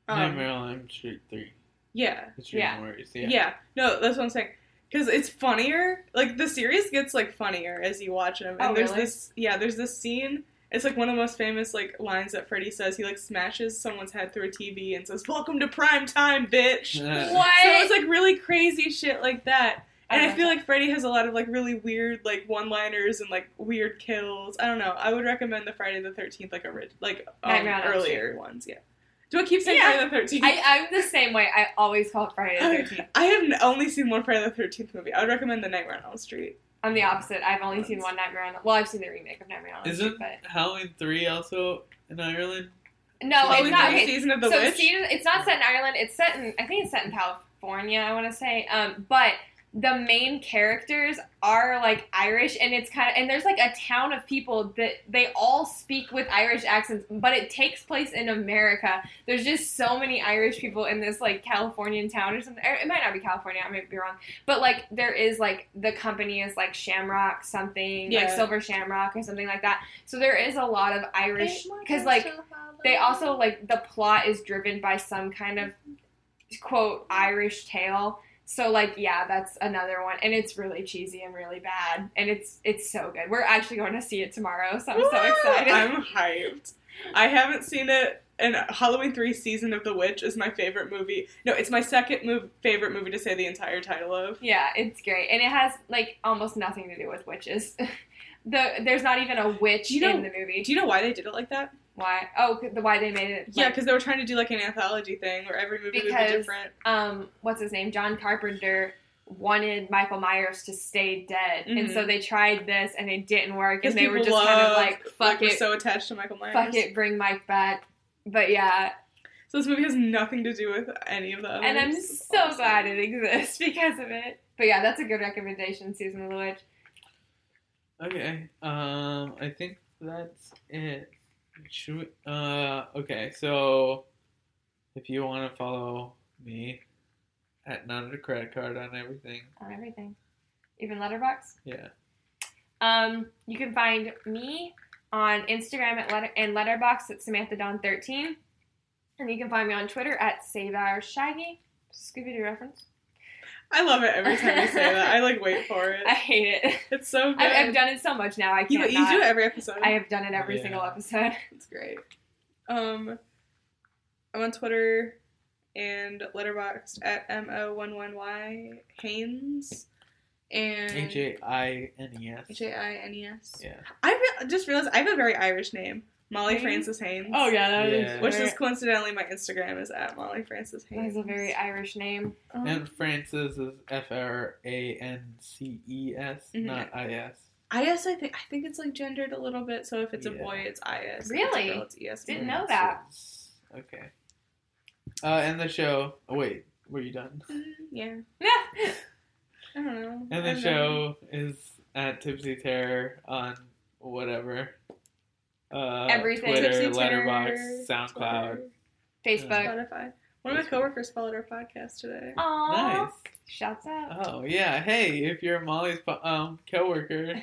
Um,
Nightmare on Elm Street three.
Yeah.
It's Dream
yeah.
Warriors.
Yeah.
Yeah.
No, that's what I'm saying. Because it's funnier. Like the series gets like funnier as you watch them. And
Oh,
there's
really?
this yeah, there's this scene. It's like one of the most famous like lines that Freddy says. He like smashes someone's head through a TV and says, "Welcome to prime time, bitch."
What?
So it's like really crazy shit like that. And
I
I,
love
feel like Freddy has a lot of like really weird like one-liners and like weird kills. I don't know. I would recommend the Friday the 13th like a like um,
Nightmare on Elm Street.
earlier ones, yeah. Do I keep saying
Yeah.
Friday the 13th?
I, I'm the same way. I always call it Friday the
I-
13th.
I have n- only seen one Friday the Thirteenth movie. I would recommend The Nightmare on Elm Street.
I'm the opposite. I've only seen one Nightmare on. Well, I've seen the remake of Nightmare on Elm Street,
Isn't
but
Halloween three also in Ireland?
no,
Oh,
it's
we
not.
did
okay,
Season of the
so
Witch?
season- it's not set in Ireland. It's set in. I think it's set in California. I want to say, um, but the main characters are like Irish, and it's kind of and there's like a town of people that they all speak with Irish accents, but it takes place in America. There's just so many Irish people in this like Californian town or something. Or It might not be California. I might be wrong, but like there is like the company is like Shamrock something, like
Yeah.
Silver Shamrock or something like that. So there is a lot of Irish because like they also like the plot is driven by some kind of quote Irish tale. So like yeah, that's another one, and it's really cheesy and really bad, and it's it's so good. We're actually going to see it tomorrow, so I'm so
Woo!
excited.
I'm hyped. I haven't seen it. And Halloween Three: Season of the Witch is my favorite movie. No, it's my second mov- favorite movie to say the entire title of.
yeah, it's great, and it has like almost nothing to do with witches. [LAUGHS] the there's not even a witch
Do you know-
in the movie.
Do you know why they did it like that?
why? Oh, 'cause the why they made it.
Yeah,
like,
because they were trying to do like an anthology thing where every movie would
because
be different.
um, what's his name, John Carpenter wanted Michael Myers to stay dead, and
Mhm.
so they tried this and it didn't work,
Because
and they were
people
just kind of
love-
like, "Fuck
we're
it,
so attached to Michael Myers.
fuck it, bring Mike back." But yeah,
So this movie has nothing to do with any of the.
and I'm
others.
so glad it [LAUGHS] exists because of it. But yeah, that's a good recommendation, Season of the Witch.
Okay. Um, I think that's it. Should we, uh, okay. So, if you want to follow me at not a credit card on everything,
on everything, even Letterbox.
yeah.
Um, you can find me on Instagram at letter- and Letterbox at Samantha Dawn 13, and you can find me on Twitter at Save Our Shaggy. Scooby Doo reference.
I love it every time you say that. I like wait for it.
[LAUGHS] I hate
[LAUGHS]
it.
It's so good.
I've, I've done it so much now. I can't.
you, you do it every episode.
I have done it every
Yeah.
single episode.
[LAUGHS] It's great. Um, I'm on Twitter and Letterboxd at mo11y Haynes and
H A I N E S.
H A I N E S.
Yeah.
I re- just realized I have a very Irish name, Molly
Haynes?
Frances Haynes.
Oh, yeah,
that is Yeah.
Which is coincidentally my Instagram is at Molly Frances
that
Haynes.
is a very Irish name. [LAUGHS]
Um,
And Francis is F R A N C E S,
Mm-hmm.
Mhm.
not I S.
I guess I think I think it's like gendered a little bit. So if it's a
Yeah.
boy, it's IS.
Really?
If it's E a girl, it's ES.
Didn't know that.
Okay. Uh, and the show. Oh, wait, were you done?
[LAUGHS]
Mm-hmm. Yeah. I don't know.
And
I
the
don't know.
show is at Tipsy Terror on whatever. Uh,
Everything.
Twitter,
Tipsy Terror,
Letterboxd, SoundCloud.
Twitter,
Facebook.
Spotify. One of my coworkers followed our podcast today.
Aww.
Nice.
Shouts out.
Oh yeah. Hey, if you're Molly's po- um,
[LAUGHS]
coworker,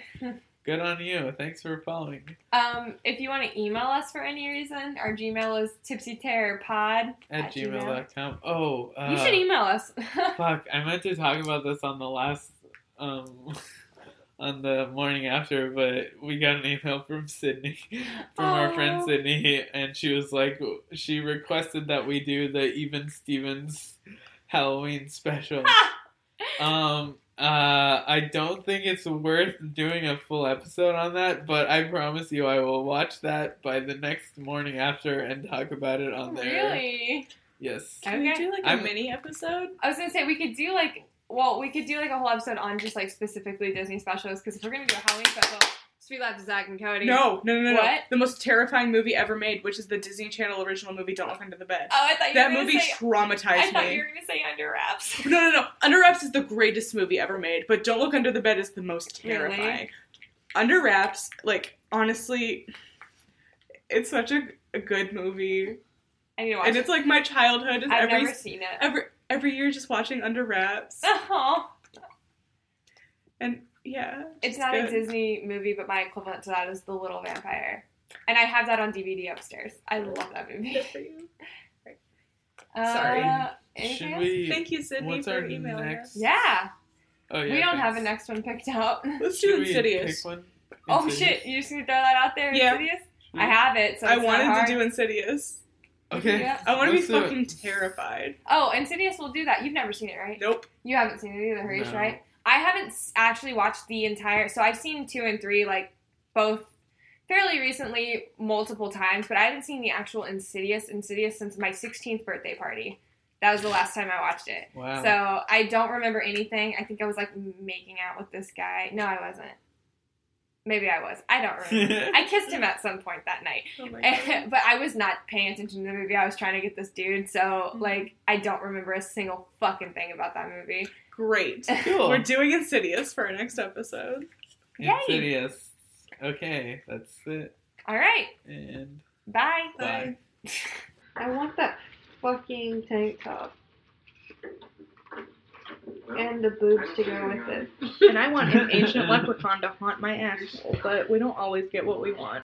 good on you. Thanks for following
Um, if you want to email us for any reason, our Gmail is tipsyterrorpod.
at,
At gmail.
gmail.com. Oh, uh,
you
[LAUGHS]
should email us.
fuck. I meant to talk about this on the last um [LAUGHS] on the morning after, but we got an email from Sydney, [LAUGHS] from our friend
Aw.
Sydney, and she was like, she requested that we do the Even Stevens
[LAUGHS]
Halloween special. um, uh, I don't think it's worth doing a full episode on that, but I promise you, I will watch that by the next morning after and talk about it on there.
Oh, Really?
Yes.
Can we do like a
I'm-
mini episode?
I was gonna say we could do like well, we could do like a whole episode on just like specifically Disney specials because if we're gonna do a Halloween special, Sweet Life of Zach and Cody. Oh,
No, no, no, no, no.
What?
The most terrifying movie ever made, which is the Disney Channel original movie "Don't Look Under the Bed."
Oh, I thought you
that
were gonna
movie
say-
traumatized
I thought
me.
you were gonna say under wraps. [LAUGHS]
No, no, no. Under Wraps is the greatest movie ever made, but Don't Look Under the Bed is the most
Really?
terrifying. Under Wraps, like honestly, it's such a, a good movie,
I need to watch
and
it.
it's like my childhood is
I've
every
never seen [LAUGHS] it.
every every year just watching Under Wraps,
Aw.
and yeah,
It's
just
not a
good.
Disney movie, but my equivalent to that is The Little Vampire. And I have that on DVD upstairs. I love that movie.
[LAUGHS] Good for you.
Sorry.
Uh,
Should
anything else?
we?
Thank you, Sydney,
what's
for
our
emailing
next-
us.
Yeah.
Oh, yeah,
we don't have a next
thanks.
one picked out. [LAUGHS]
Let's
Should
do
we
Insidious.
pick one?
Oh
Insidious?
shit, you just gonna throw that out there?
Yeah.
Insidious? I have it, so
I
it's not
wanted
hard.
to do Insidious.
Okay.
Yeah.
I want to be
Let's do it.
fucking terrified.
Oh, Insidious will do that. You've never seen it, right?
Nope.
You haven't seen it either, Harish,
No.
right? I haven't s- actually watched the entire. So I've seen two and three, like both fairly recently, multiple times, but I haven't seen the actual Insidious Insidious since my 16th birthday party. That was the last time I watched it.
Wow. [LAUGHS]
So I don't remember anything. I think I was like making out with this guy. No, I wasn't. Maybe I was. I don't
[LAUGHS]
remember. I kissed him at some point that night.
Oh my [LAUGHS] god.
[LAUGHS] but I was not paying attention to the movie. I was trying to get this dude, so like I don't remember a single fucking thing about that movie.
Great.
Cool.
We're doing Insidious for our next episode.
Yay!
Insidious. Okay, that's it.
All right,
And
bye.
bye.
I want that fucking tank top and the boobs to go with it.
And I want an ancient leprechaun to haunt my asshole, but we don't always get what we want.